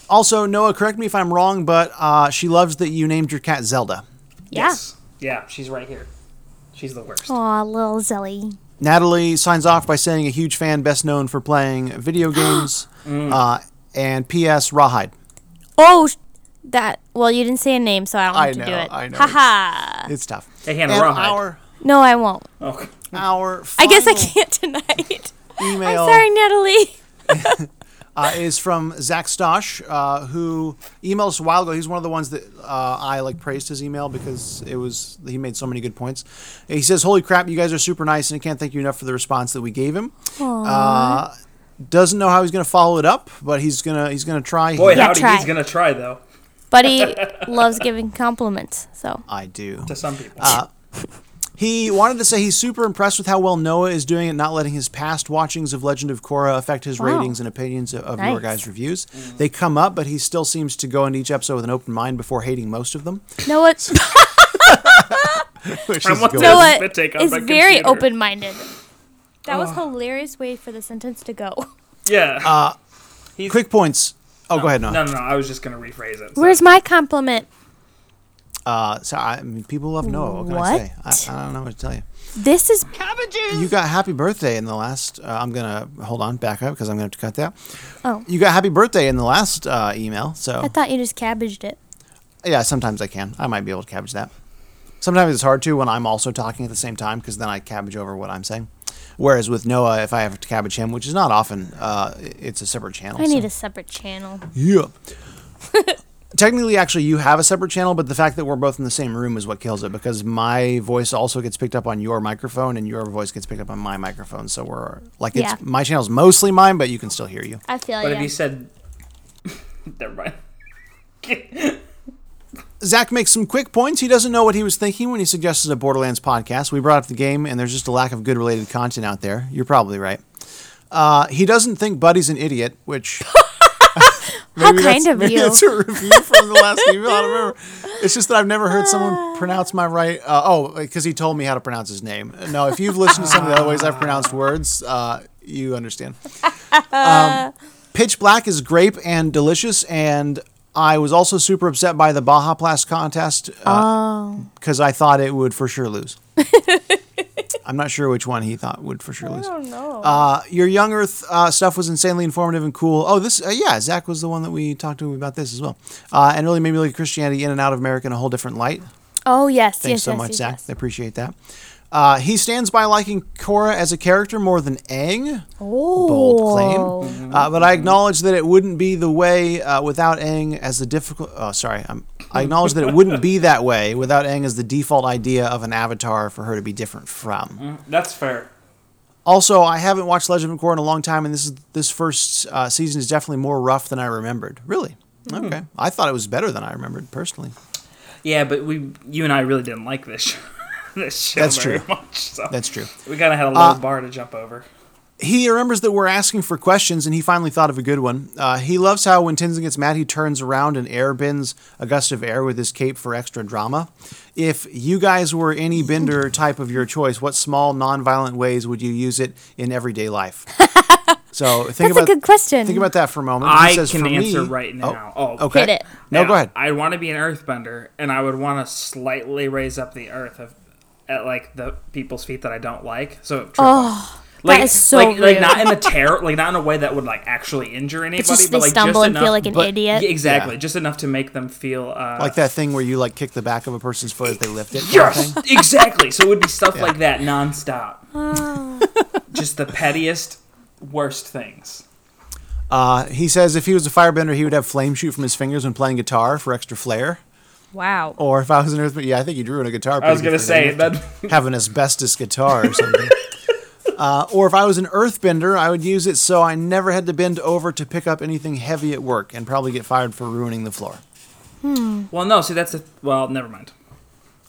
Speaker 3: also, Noah, correct me if I'm wrong, but uh, she loves that you named your cat Zelda.
Speaker 5: Yeah.
Speaker 4: Yeah, Oh. she's right here. She's the worst.
Speaker 5: Aw, little Zelly.
Speaker 3: Natalie signs off by saying a huge fan, best known for playing video games. uh, and P.S. Rawhide.
Speaker 5: Oh, sh- that. Well, you didn't say a name, so I don't have
Speaker 3: I
Speaker 5: to
Speaker 3: know,
Speaker 5: do it.
Speaker 3: I know.
Speaker 5: Haha.
Speaker 3: It's tough.
Speaker 4: Hey, Hannah,
Speaker 3: and
Speaker 4: Rawhide.
Speaker 3: our
Speaker 5: No, I won't.
Speaker 4: Oh,
Speaker 3: our
Speaker 5: I guess I
Speaker 3: final
Speaker 5: can't tonight. I'm
Speaker 3: Email
Speaker 5: sorry, Natalie.
Speaker 3: uh, is from Zach Stosh, uh, who emailed us a while ago. He's one of the ones that uh, I like praised his email because it was he made so many good points. He says, "Holy crap, you guys are super nice, and I can't thank you enough for the response that we gave him." Uh, doesn't know how he's going to follow it up, but he's gonna he's gonna try.
Speaker 4: boy,
Speaker 5: Yeah,
Speaker 4: howdy,
Speaker 5: try.
Speaker 4: he's gonna try though.
Speaker 5: Buddy loves giving compliments, so
Speaker 3: I do.
Speaker 4: To some people,
Speaker 3: Uh, He wanted to say he's super impressed with how well Noah is doing at not letting his past watchings of Legend of Korra affect his
Speaker 5: Wow.
Speaker 3: ratings and opinions of, of your
Speaker 5: Nice.
Speaker 3: guys' reviews. They come up, but he still seems to go into each episode with an open mind before hating most of them.
Speaker 5: Noah. it's
Speaker 3: Which
Speaker 4: I
Speaker 3: is
Speaker 4: want
Speaker 3: good.
Speaker 4: to-
Speaker 5: Noah
Speaker 4: Spit take on
Speaker 5: is
Speaker 4: my
Speaker 5: very
Speaker 4: computer.
Speaker 5: open-minded. That was hilarious way for the sentence to go.
Speaker 4: yeah.
Speaker 3: uh, Quick points. Oh, go ahead, Noah.
Speaker 4: no, no, no. I was just gonna rephrase it. So-
Speaker 5: Where's my compliment?
Speaker 3: Uh, so I mean, people love Noah. What can I
Speaker 5: What?
Speaker 3: say? I, I don't know what to tell you.
Speaker 5: This is
Speaker 3: You got happy birthday in the last. Uh, I'm gonna hold on, back up because I'm gonna have to cut that.
Speaker 5: Oh.
Speaker 3: You got happy birthday in the last uh, email. So
Speaker 5: I thought you just cabbaged it.
Speaker 3: Yeah, sometimes I can. I might be able to cabbage that. Sometimes it's hard to when I'm also talking at the same time because then I cabbage over what I'm saying. Whereas with Noah, if I have to cabbage him, which is not often, uh, it's a separate channel.
Speaker 5: I
Speaker 3: so-
Speaker 5: need a separate channel.
Speaker 3: yeah. Technically, actually, you have a separate channel, but the fact that we're both in the same room is what kills it because my voice also gets picked up on your microphone and your voice gets picked up on my microphone. So we're like, it's
Speaker 5: Yeah.
Speaker 3: my channel's mostly mine, but you can still hear you.
Speaker 5: I feel
Speaker 4: But
Speaker 5: you.
Speaker 4: if you said, never mind.
Speaker 3: Zach makes some quick points. He doesn't know what he was thinking when he suggested a Borderlands podcast. We brought up the game, and there's just a lack of good related content out there. You're probably right. Uh, he doesn't think Buddy's an idiot, which. How
Speaker 5: kind of you.
Speaker 3: It's a review from the last email. I don't remember. It's just that I've never heard someone pronounce my right. Uh, oh, because he told me how to pronounce his name. No, if you've listened to some of the other ways I've pronounced words, uh, you understand. Um, Pitch Black is grape and delicious, and I was also super upset by the Baja Blast contest
Speaker 5: Oh.
Speaker 3: because I thought it would for sure lose. I'm not sure which one he thought would for sure lose.
Speaker 5: know.
Speaker 3: Uh, your Young Earth uh, stuff was insanely informative and cool. Oh, this, uh, yeah, Zach was the one that we talked to about this as well, uh, and really made me look at Christianity in and out of America in a whole different light.
Speaker 5: oh yes,
Speaker 3: Thanks
Speaker 5: yes,
Speaker 3: so
Speaker 5: yes,
Speaker 3: much,
Speaker 5: yes,
Speaker 3: Zach.
Speaker 5: yes.
Speaker 3: I appreciate that. Uh, he stands by liking Korra as a character more than Aang bold claim. Uh, but I acknowledge that it wouldn't be the way uh, without Aang as the difficult. Oh, sorry. I'm, I acknowledge that it wouldn't be that way without Aang as the default idea of an avatar for her to be different from.
Speaker 4: That's fair.
Speaker 3: Also, I haven't watched Legend of Korra in a long time, and this is this first uh, season is definitely more rough than I remembered. Really? Okay. I thought it was better than I remembered personally.
Speaker 4: Yeah, but we, you and I, really didn't like this show, this show
Speaker 3: That's
Speaker 4: very
Speaker 3: true.
Speaker 4: much. So
Speaker 3: That's true.
Speaker 4: we kind of had a low
Speaker 3: Uh,
Speaker 4: bar to jump over.
Speaker 3: he remembers that we're asking for questions, and he finally thought of a good one. Uh, he loves how when Tenzin gets mad, he turns around and air bends a gust of air with his cape for extra drama. If you guys were any bender type of your choice, what small nonviolent ways would you use it in everyday life? so think
Speaker 5: That's a
Speaker 3: about
Speaker 5: good question.
Speaker 3: think about that for a moment. He
Speaker 4: I
Speaker 3: says,
Speaker 4: can
Speaker 3: "For me-"
Speaker 4: answer right now. Oh,
Speaker 3: okay.
Speaker 5: Hit it.
Speaker 3: No,
Speaker 4: Yeah,
Speaker 3: go ahead.
Speaker 4: I'd want to be an earthbender, and I would want to slightly raise up the earth of, at like the people's feet that I don't like. So trip
Speaker 5: Oh,
Speaker 4: them. like,
Speaker 5: is so
Speaker 4: like, like
Speaker 5: rude.
Speaker 4: not in a terror, like not in a way that would like actually injure anybody, but
Speaker 5: just they
Speaker 4: like
Speaker 5: stumble
Speaker 4: just
Speaker 5: and
Speaker 4: enough,
Speaker 5: feel like an
Speaker 3: but-
Speaker 5: idiot.
Speaker 4: Yeah, exactly,
Speaker 3: Yeah.
Speaker 4: just enough to make them feel uh,
Speaker 3: Like that thing where you like kick the back of a person's foot as they lift it. kind of
Speaker 4: Yes,
Speaker 3: thing.
Speaker 4: exactly. So it would be stuff like that nonstop. Just the pettiest, worst things.
Speaker 3: Uh, he says if he was a firebender, he would have flame shoot from his fingers when playing guitar for extra flair.
Speaker 5: Wow.
Speaker 3: Or if I was an earthbender, yeah, I think he drew in a guitar.
Speaker 4: I was
Speaker 3: pretty
Speaker 4: gonna
Speaker 3: good for that.
Speaker 4: say that.
Speaker 3: have an asbestos guitar or something. Uh, or if I was an earthbender, I would use it so I never had to bend over to pick up anything heavy at work and probably get fired for ruining the floor.
Speaker 4: Well, no. See, that's a well. Never mind.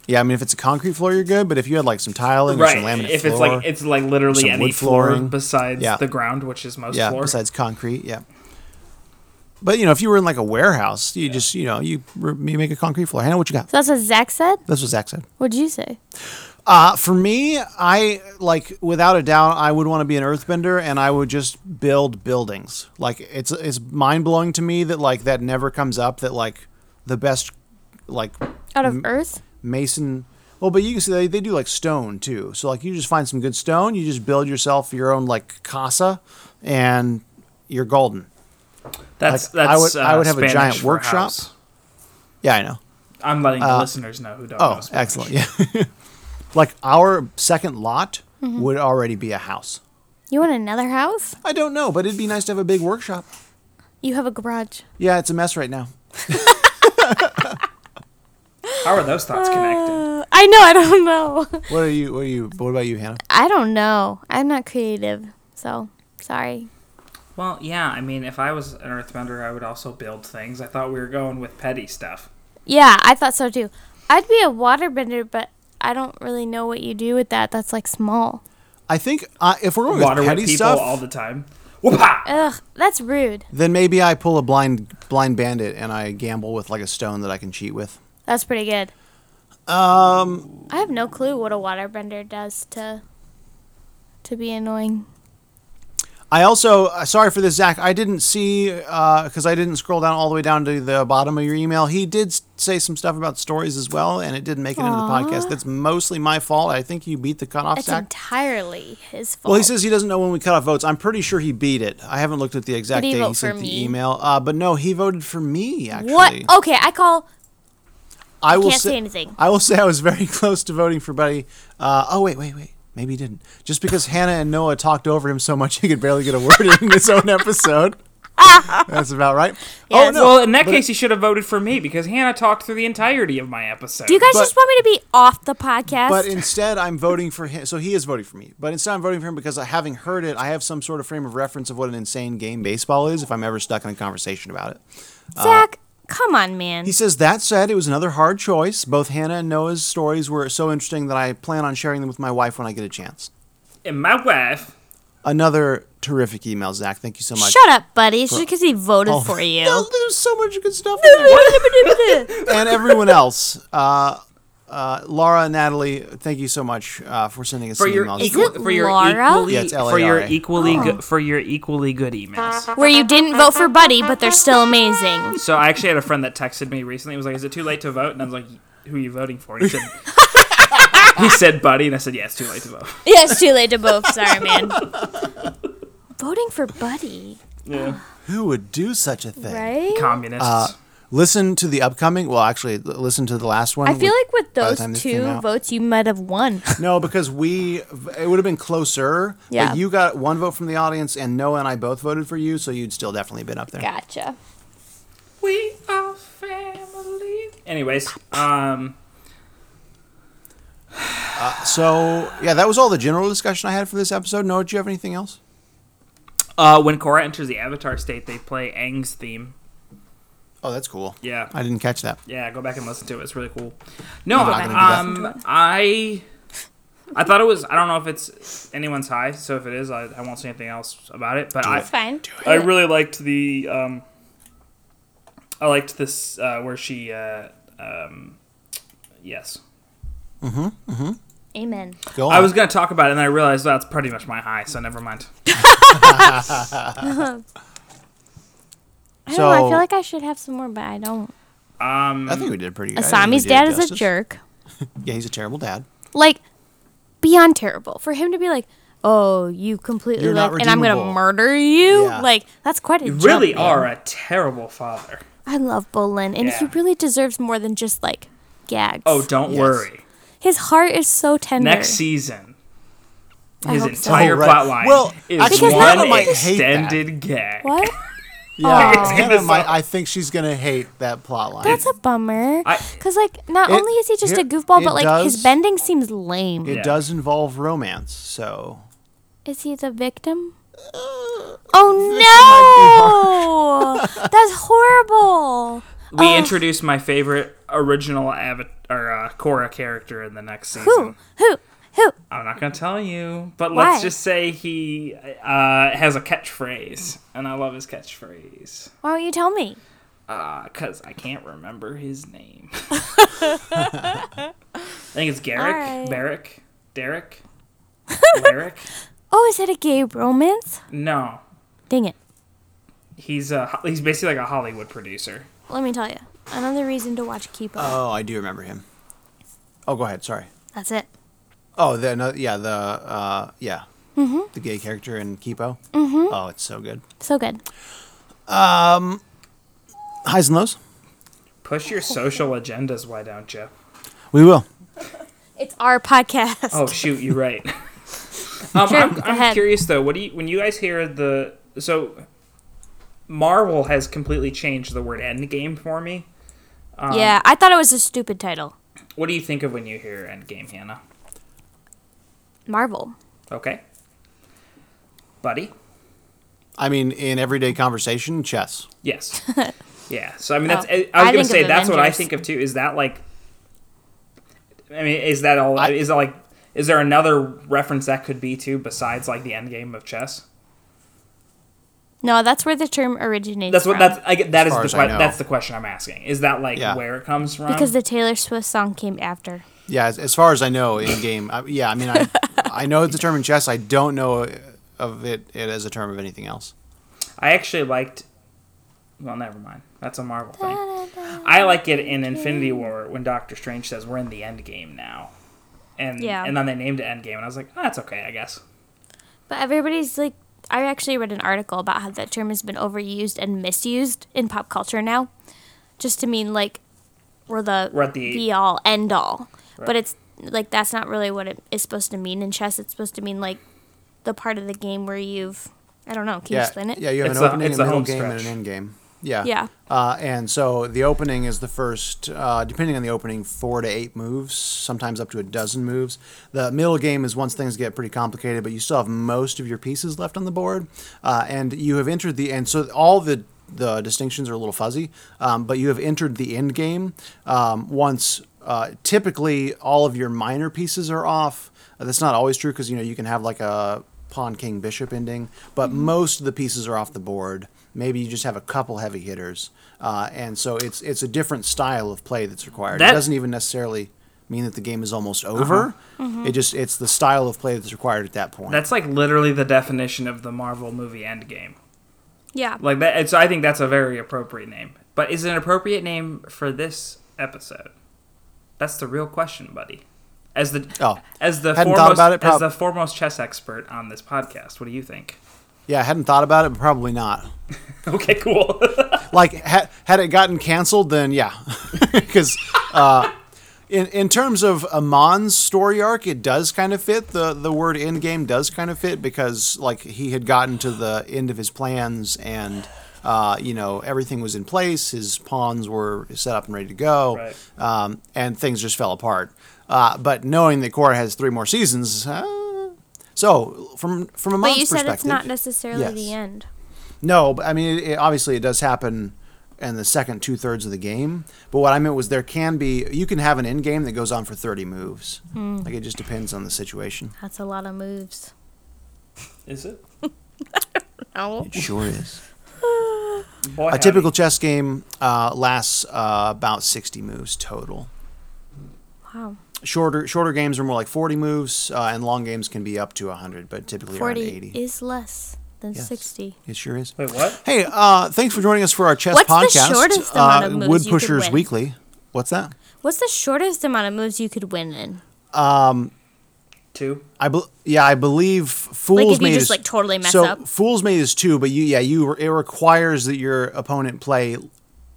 Speaker 3: Yeah, I mean, if it's a concrete floor, you're good, but if you had like some tiling or some
Speaker 4: Right.
Speaker 3: laminate
Speaker 4: If
Speaker 3: floor,
Speaker 4: it's like it's like
Speaker 3: some
Speaker 4: literally any
Speaker 3: wood
Speaker 4: floor
Speaker 3: flooring.
Speaker 4: besides
Speaker 3: Yeah.
Speaker 4: the ground, which is most
Speaker 3: yeah,
Speaker 4: floor.
Speaker 3: besides concrete, yeah. But you know, if you were in like a warehouse, you just you know you you make a concrete floor. Hannah, what you got?
Speaker 5: So that's what Zach said.
Speaker 3: That's what Zach said.
Speaker 5: What'd you say?
Speaker 3: Uh, for me, I like without a doubt, I would want to be an earthbender, and I would just build buildings. Like it's it's mind blowing to me that like that never comes up. That like the best like
Speaker 5: Out
Speaker 4: Mm.
Speaker 5: of Earth?
Speaker 3: mason. Well, but you can see they, they do like stone too. So like you just find some good stone, you just build yourself your own like casa, and you're golden.
Speaker 4: that's
Speaker 3: like,
Speaker 4: that's.
Speaker 3: I would-
Speaker 4: uh,
Speaker 3: I would have a
Speaker 4: Spanish
Speaker 3: giant
Speaker 4: for
Speaker 3: workshop.
Speaker 4: house.
Speaker 3: Yeah, I know.
Speaker 4: I'm letting the listeners know who don't.
Speaker 3: Oh,
Speaker 4: know Spanish.
Speaker 3: excellent. Yeah, like our second lot would already be a house.
Speaker 5: You want another house?
Speaker 3: I don't know, but it'd be nice to have a big workshop.
Speaker 5: You have a garage.
Speaker 3: Yeah, it's a mess right now.
Speaker 4: How are those thoughts connected?
Speaker 5: Uh, I know. I don't know.
Speaker 3: What are you? What are you? What about you, Hannah?
Speaker 5: I don't know. I'm not creative, so sorry.
Speaker 4: Well, yeah. I mean, if I was an earthbender, I would also build things. I thought we were going with petty stuff.
Speaker 5: Yeah, I thought so too. I'd be a waterbender, but I don't really know what you do with that. That's like small.
Speaker 3: I think uh, if we're going
Speaker 4: Water
Speaker 3: with
Speaker 4: with
Speaker 3: petty
Speaker 4: people
Speaker 3: stuff,
Speaker 4: all the time. Whoopah!
Speaker 5: Ugh, that's rude.
Speaker 3: then maybe I pull a blind blind bandit and I gamble with like a stone that I can cheat with.
Speaker 5: That's pretty good. Um, I have no clue what a waterbender does to to be annoying.
Speaker 3: I also uh, sorry for this, Zach. I didn't see because I didn't scroll down all the way down to the bottom of your email. He did s- say some stuff about stories as well, and it didn't make it into the podcast. That's mostly my fault. I think you beat the cutoff,
Speaker 5: It's
Speaker 3: Zach.
Speaker 5: entirely his fault.
Speaker 3: Well, he says he doesn't know when we cut off votes. I'm pretty sure he beat it. I haven't looked at the exact
Speaker 5: he
Speaker 3: date
Speaker 5: vote
Speaker 3: he
Speaker 5: for
Speaker 3: sent
Speaker 5: me?
Speaker 3: the email, uh, but no, he voted for me. Actually,
Speaker 5: what? Okay, I call
Speaker 3: I will
Speaker 5: can't
Speaker 3: say,
Speaker 5: say anything.
Speaker 3: I will say I was very close to voting for Buddy. Uh, oh wait, wait, wait. Maybe he didn't. Just because Hannah and Noah talked over him so much, he could barely get a word in his own episode. That's about right. oh
Speaker 5: that's-
Speaker 3: no.
Speaker 4: Well, in that case, you should have voted for me because Hannah talked through the entirety of my episode.
Speaker 5: Do you guys
Speaker 3: But-
Speaker 5: just want me to be off the podcast?
Speaker 3: But instead, I'm voting for him. So he is voting for me. But instead, I'm voting for him because I, having heard it, I have some sort of frame of reference of what an insane game baseball is if I'm ever stuck in a conversation about it.
Speaker 5: Zach, come on, man.
Speaker 3: He says, That said, it was another hard choice. Both Hannah and Noah's stories were so interesting that I plan on sharing them with my wife when I get a chance.
Speaker 4: and my wife,
Speaker 3: Another terrific email, Zach. Thank you so much. Oh.
Speaker 5: Shut up, buddy. It's just because he voted for
Speaker 3: No,
Speaker 5: you.
Speaker 3: There's so much good stuff in there. and everyone else. Uh, uh, Laura, Natalie, thank you so much uh, for sending us
Speaker 4: for
Speaker 3: some
Speaker 4: your
Speaker 3: emails.
Speaker 5: Is
Speaker 4: equal,
Speaker 5: it
Speaker 4: for your
Speaker 5: Laura? Oh.
Speaker 4: equally
Speaker 3: Yeah, it's
Speaker 4: for your
Speaker 3: LARA.
Speaker 4: equally good, for your equally good emails.
Speaker 5: Where you didn't vote for Buddy, but they're still amazing.
Speaker 4: So I actually had a friend that texted me recently. He was like, "Is it too late to vote?" And I was like, "Who are you voting for?" And he said. He said, "Buddy," and I said, "Yeah, it's too late to vote."
Speaker 5: yeah, it's too late to vote. Sorry, man. Voting for Buddy,
Speaker 4: Yeah,
Speaker 3: Who would do such a thing?
Speaker 5: right?
Speaker 4: communists.
Speaker 5: Uh,
Speaker 3: Listen to the upcoming. Well, actually, l- listen to the last one.
Speaker 5: I feel like with
Speaker 3: by the
Speaker 5: those
Speaker 3: time this came
Speaker 5: two
Speaker 3: out.
Speaker 5: votes, you might have won.
Speaker 3: no, because we it would have been closer.
Speaker 5: Yeah.
Speaker 3: but you got one vote from the audience, and Noah and I both voted for you, so you'd still definitely been up there.
Speaker 5: Gotcha.
Speaker 4: we are family. Anyways, um,
Speaker 3: So yeah, that was all the general discussion I had for this episode. Noah, do you have anything else?
Speaker 4: uh, when Korra enters the Avatar state, they play Aang's theme.
Speaker 3: Oh, that's cool.
Speaker 4: Yeah,
Speaker 3: I didn't catch that.
Speaker 4: Yeah, go back and listen to it. It's really cool. No,
Speaker 3: I'm not gonna
Speaker 5: do that.
Speaker 4: um, I, I thought it was. I don't know if it's anyone's high. So if it is, I, I won't say anything else about it. But I,
Speaker 5: That's fine.
Speaker 4: I really liked the. Um, I liked this uh, where she. Uh, um, yes,
Speaker 5: Amen.
Speaker 3: Go on.
Speaker 4: I was gonna talk about it, and I realized that's pretty much my high. So never mind.
Speaker 5: I don't know. I
Speaker 3: So-
Speaker 5: feel like I should have some more, but I don't.
Speaker 4: Um,
Speaker 3: I think we did pretty good. I think we
Speaker 5: Asami's
Speaker 3: did
Speaker 5: dad is a
Speaker 3: justice.
Speaker 5: jerk.
Speaker 3: Yeah, he's a terrible dad.
Speaker 5: Like, beyond terrible. For him to be like, oh, you completely
Speaker 3: You're not
Speaker 5: left, and I'm going to
Speaker 3: redeemable."
Speaker 5: murder you?
Speaker 3: Yeah.
Speaker 5: Like, that's quite a
Speaker 4: you really
Speaker 5: jump, man.
Speaker 4: are a terrible father.
Speaker 5: I love Bolin, and he
Speaker 4: Yeah.
Speaker 5: really deserves more than just like gags.
Speaker 4: Oh, don't
Speaker 3: Yes.
Speaker 4: worry.
Speaker 5: his heart is so tender.
Speaker 4: next season.
Speaker 5: I
Speaker 4: His
Speaker 5: hope so.
Speaker 4: entire
Speaker 3: Oh, right.
Speaker 4: plot line
Speaker 3: Well,
Speaker 4: is
Speaker 3: actually,
Speaker 5: Because
Speaker 4: one
Speaker 5: Hannah might
Speaker 3: hate that.
Speaker 4: extended gag.
Speaker 5: what?
Speaker 3: Yeah,
Speaker 5: It's
Speaker 3: Hannah
Speaker 4: gonna
Speaker 3: might-
Speaker 4: suck.
Speaker 3: I think she's gonna hate that plot line.
Speaker 5: That's a bummer.
Speaker 4: I-
Speaker 5: Because like, not
Speaker 3: It-
Speaker 5: only is he just
Speaker 3: here-
Speaker 5: a goofball,
Speaker 3: it
Speaker 5: but like
Speaker 3: does-
Speaker 5: his bending seems lame.
Speaker 3: it
Speaker 4: Yeah.
Speaker 3: does involve romance, so
Speaker 5: Is he the victim?
Speaker 3: Uh,
Speaker 5: Oh no! That's horrible.
Speaker 4: We
Speaker 5: Oh.
Speaker 4: introduce my favorite original Avatar or, uh, Korra character in the next season.
Speaker 5: Who? Who? Who?
Speaker 4: I'm not gonna tell you, but
Speaker 5: Why?
Speaker 4: let's just say he uh, has a catchphrase, and I love his catchphrase
Speaker 5: Why won't you tell me?
Speaker 4: because I can't remember his name. I think it's Garrick,
Speaker 5: Alright.
Speaker 4: Barrick, Derek, Derek.
Speaker 5: Oh, is it a gay romance?
Speaker 4: No,
Speaker 5: Dang it.
Speaker 4: he's a, he's basically like a Hollywood producer.
Speaker 5: Let me tell you. Another reason to watch Keepo.
Speaker 3: Oh, I do remember him. Oh, go ahead. Sorry.
Speaker 5: That's it.
Speaker 3: Oh, the no, yeah, the uh, yeah,
Speaker 5: Mm-hmm.
Speaker 3: the gay character in Kipo. Mm-hmm. Oh, it's so good.
Speaker 5: So good.
Speaker 3: Highs and lows.
Speaker 4: Push your social agendas, why don't you?
Speaker 3: We will.
Speaker 5: It's our podcast.
Speaker 4: Oh shoot, you're right. um, I'm,
Speaker 5: go
Speaker 4: I'm
Speaker 5: ahead.
Speaker 4: curious though. What do you when you guys hear the so Marvel has completely changed the word Endgame for me. um.
Speaker 5: yeah, I thought it was a stupid title.
Speaker 4: What do you think of when you hear Endgame, Hannah?
Speaker 5: Marvel.
Speaker 4: Okay, buddy.
Speaker 3: I mean, in everyday conversation, chess.
Speaker 4: Yes. yeah. So I mean, that's.
Speaker 5: Oh,
Speaker 4: I, I was
Speaker 5: I
Speaker 4: gonna
Speaker 5: think of
Speaker 4: say that's what I
Speaker 5: Avengers.
Speaker 4: think of too. Is that like? I mean, is that all?
Speaker 3: I-
Speaker 4: is that like? Is there another reference that could be to besides like the Endgame of chess?
Speaker 5: No, that's where the term originates.
Speaker 4: That's what
Speaker 5: from.
Speaker 4: that's I, get- that is
Speaker 3: far
Speaker 4: the
Speaker 3: as I
Speaker 4: que-
Speaker 3: know.
Speaker 4: that's the question I'm asking. Is that like
Speaker 3: Yeah.
Speaker 4: where it comes from?
Speaker 5: because the Taylor Swift song came after.
Speaker 3: Yeah, as, as far as I know, in game. I, yeah, I mean, I, I know the term in chess. I don't know uh, of it, it as a term of anything else.
Speaker 4: I actually liked. Well, never mind. That's a Marvel thing. I like it in Infinity War when Doctor Strange says we're in the end game now, and
Speaker 5: Yeah.
Speaker 4: and then they named it Endgame, and I was like, oh, that's okay, I guess.
Speaker 5: But everybody's like, I actually read an article about how that term has been overused and misused in pop culture now, just to mean like we're the,
Speaker 4: We're at the-
Speaker 5: be all end all. But it's like that's not really what it is supposed to mean in chess. It's supposed to mean like the part of the game where you've I don't know. Can you
Speaker 3: yeah,
Speaker 5: explain it?
Speaker 3: yeah, you have
Speaker 4: It's
Speaker 3: an
Speaker 4: a-
Speaker 3: opening,
Speaker 4: it's
Speaker 3: a
Speaker 4: a
Speaker 3: middle
Speaker 4: home
Speaker 3: game, and an
Speaker 4: stretch.
Speaker 3: end game. Yeah.
Speaker 5: Yeah.
Speaker 3: Uh, and so the opening is the first, uh, depending on the opening, four to eight moves, sometimes up to a dozen moves. The middle game is once things get pretty complicated, but you still have most of your pieces left on the board, uh, and you have entered the end. So all the the distinctions are a little fuzzy, um, but you have entered the end game um, once. Uh, typically, all of your minor pieces are off. Uh, that's not always true because you know you can have like a pawn king bishop ending but
Speaker 4: Mm-hmm.
Speaker 3: most of the pieces are off the board maybe you just have a couple heavy hitters uh, and so it's it's a different style of play that's required
Speaker 4: That- Uh-huh.
Speaker 3: it doesn't even necessarily mean that the game is almost over it just it's the style of play that's required at that point
Speaker 4: Mm-hmm. That's like literally the definition of the Marvel movie Endgame.
Speaker 5: Yeah.
Speaker 4: Like that. and So I think that's a very appropriate name. But is it an appropriate name for this episode? That's the real question, buddy. As the
Speaker 3: Oh.
Speaker 4: as the
Speaker 3: Hadn't thought
Speaker 4: foremost
Speaker 3: about it, prob-
Speaker 4: as the foremost chess expert on this podcast, what do you think?
Speaker 3: yeah i hadn't thought about it but probably not
Speaker 4: Okay, cool.
Speaker 3: like had, had it gotten canceled then yeah because uh, in, in terms of amon's story arc it does kind of fit the, the word end game does kind of fit because like he had gotten to the end of his plans and uh, you know everything was in place his pawns were set up and ready to go
Speaker 4: Right.
Speaker 3: um, and things just fell apart uh, but knowing that Korra has three more seasons uh, so from from amon's
Speaker 5: But you said
Speaker 3: perspective
Speaker 5: it's not necessarily
Speaker 3: yes.
Speaker 5: the end.
Speaker 3: no, but I mean, it, it, obviously, it does happen in the second two thirds of the game. But what I meant was there can be you can have an end game that goes on for thirty moves.
Speaker 5: Hmm.
Speaker 3: Like it just depends on the situation.
Speaker 5: That's a lot of moves.
Speaker 4: is it?
Speaker 5: Oh.
Speaker 2: Sure is.
Speaker 4: Boy,
Speaker 3: A
Speaker 4: howdy.
Speaker 3: typical chess game uh, lasts uh, about sixty moves total.
Speaker 5: Wow.
Speaker 3: Shorter shorter games are more like forty moves, uh, and long games can be up to hundred, but typically around
Speaker 5: Forty
Speaker 3: eighty.
Speaker 5: is less than
Speaker 3: Yes.
Speaker 5: sixty.
Speaker 3: It sure is.
Speaker 4: Wait, what?
Speaker 3: Hey, uh, thanks for joining us for our chess
Speaker 5: What's the
Speaker 3: podcast.
Speaker 5: shortest
Speaker 3: uh,
Speaker 5: amount of moves
Speaker 3: Wood
Speaker 5: you could
Speaker 3: Pushers
Speaker 5: win?
Speaker 3: Weekly. What's that?
Speaker 5: What's the shortest amount of moves you could win in?
Speaker 4: Two.
Speaker 3: I bel yeah, I believe fools
Speaker 5: if you
Speaker 3: made
Speaker 5: just,
Speaker 3: is,
Speaker 5: like, totally mess
Speaker 3: so
Speaker 5: up.
Speaker 3: Fools made is two, but you yeah you it requires that your opponent play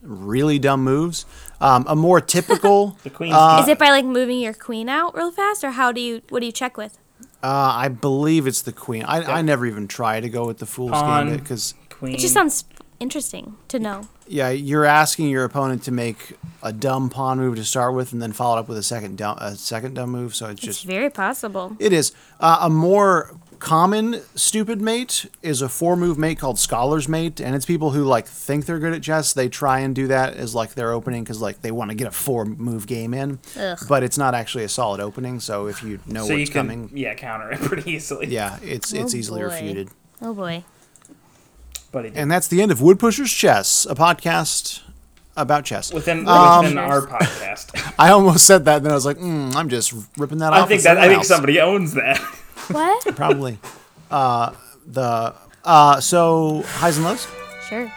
Speaker 3: really dumb moves. Um, a more typical,
Speaker 4: The queen's
Speaker 3: Uh,
Speaker 5: is it by like moving your queen out real fast, or how do you? What do you check with?
Speaker 3: uh, I believe it's the queen. I, I never even try to go with the fools
Speaker 4: Pawn.
Speaker 3: gambit because
Speaker 4: queen.
Speaker 5: It just
Speaker 3: Mm.
Speaker 5: sounds interesting to know.
Speaker 3: yeah, you're asking your opponent to make a dumb pawn move to start with, and then follow it up with a second dumb a second dumb move. So it's
Speaker 5: It's
Speaker 3: just
Speaker 5: very possible.
Speaker 3: It is. Uh, a more common stupid mate is a four move mate called Scholar's Mate, and it's people who like think they're good at chess. They try and do that as like their opening because like they want to get a four move game in,
Speaker 5: Ugh.
Speaker 3: but it's not actually a solid opening. So if you know
Speaker 4: so you
Speaker 3: what's
Speaker 4: can
Speaker 3: coming,
Speaker 4: yeah counter it pretty easily.
Speaker 3: yeah, it's it's
Speaker 5: Oh,
Speaker 3: easily
Speaker 5: boy.
Speaker 3: refuted.
Speaker 5: Oh boy.
Speaker 4: But it did.
Speaker 3: And that's the end of Woodpushers Chess, a podcast about chess.
Speaker 4: within within our podcast.
Speaker 3: Um, I almost said that, then I was like, mm, I'm just ripping that off.
Speaker 4: I
Speaker 3: with
Speaker 4: think that I
Speaker 3: someone
Speaker 4: think
Speaker 3: else.
Speaker 4: somebody owns that.
Speaker 5: What?
Speaker 3: probably uh, the uh, so highs and lows.
Speaker 5: sure.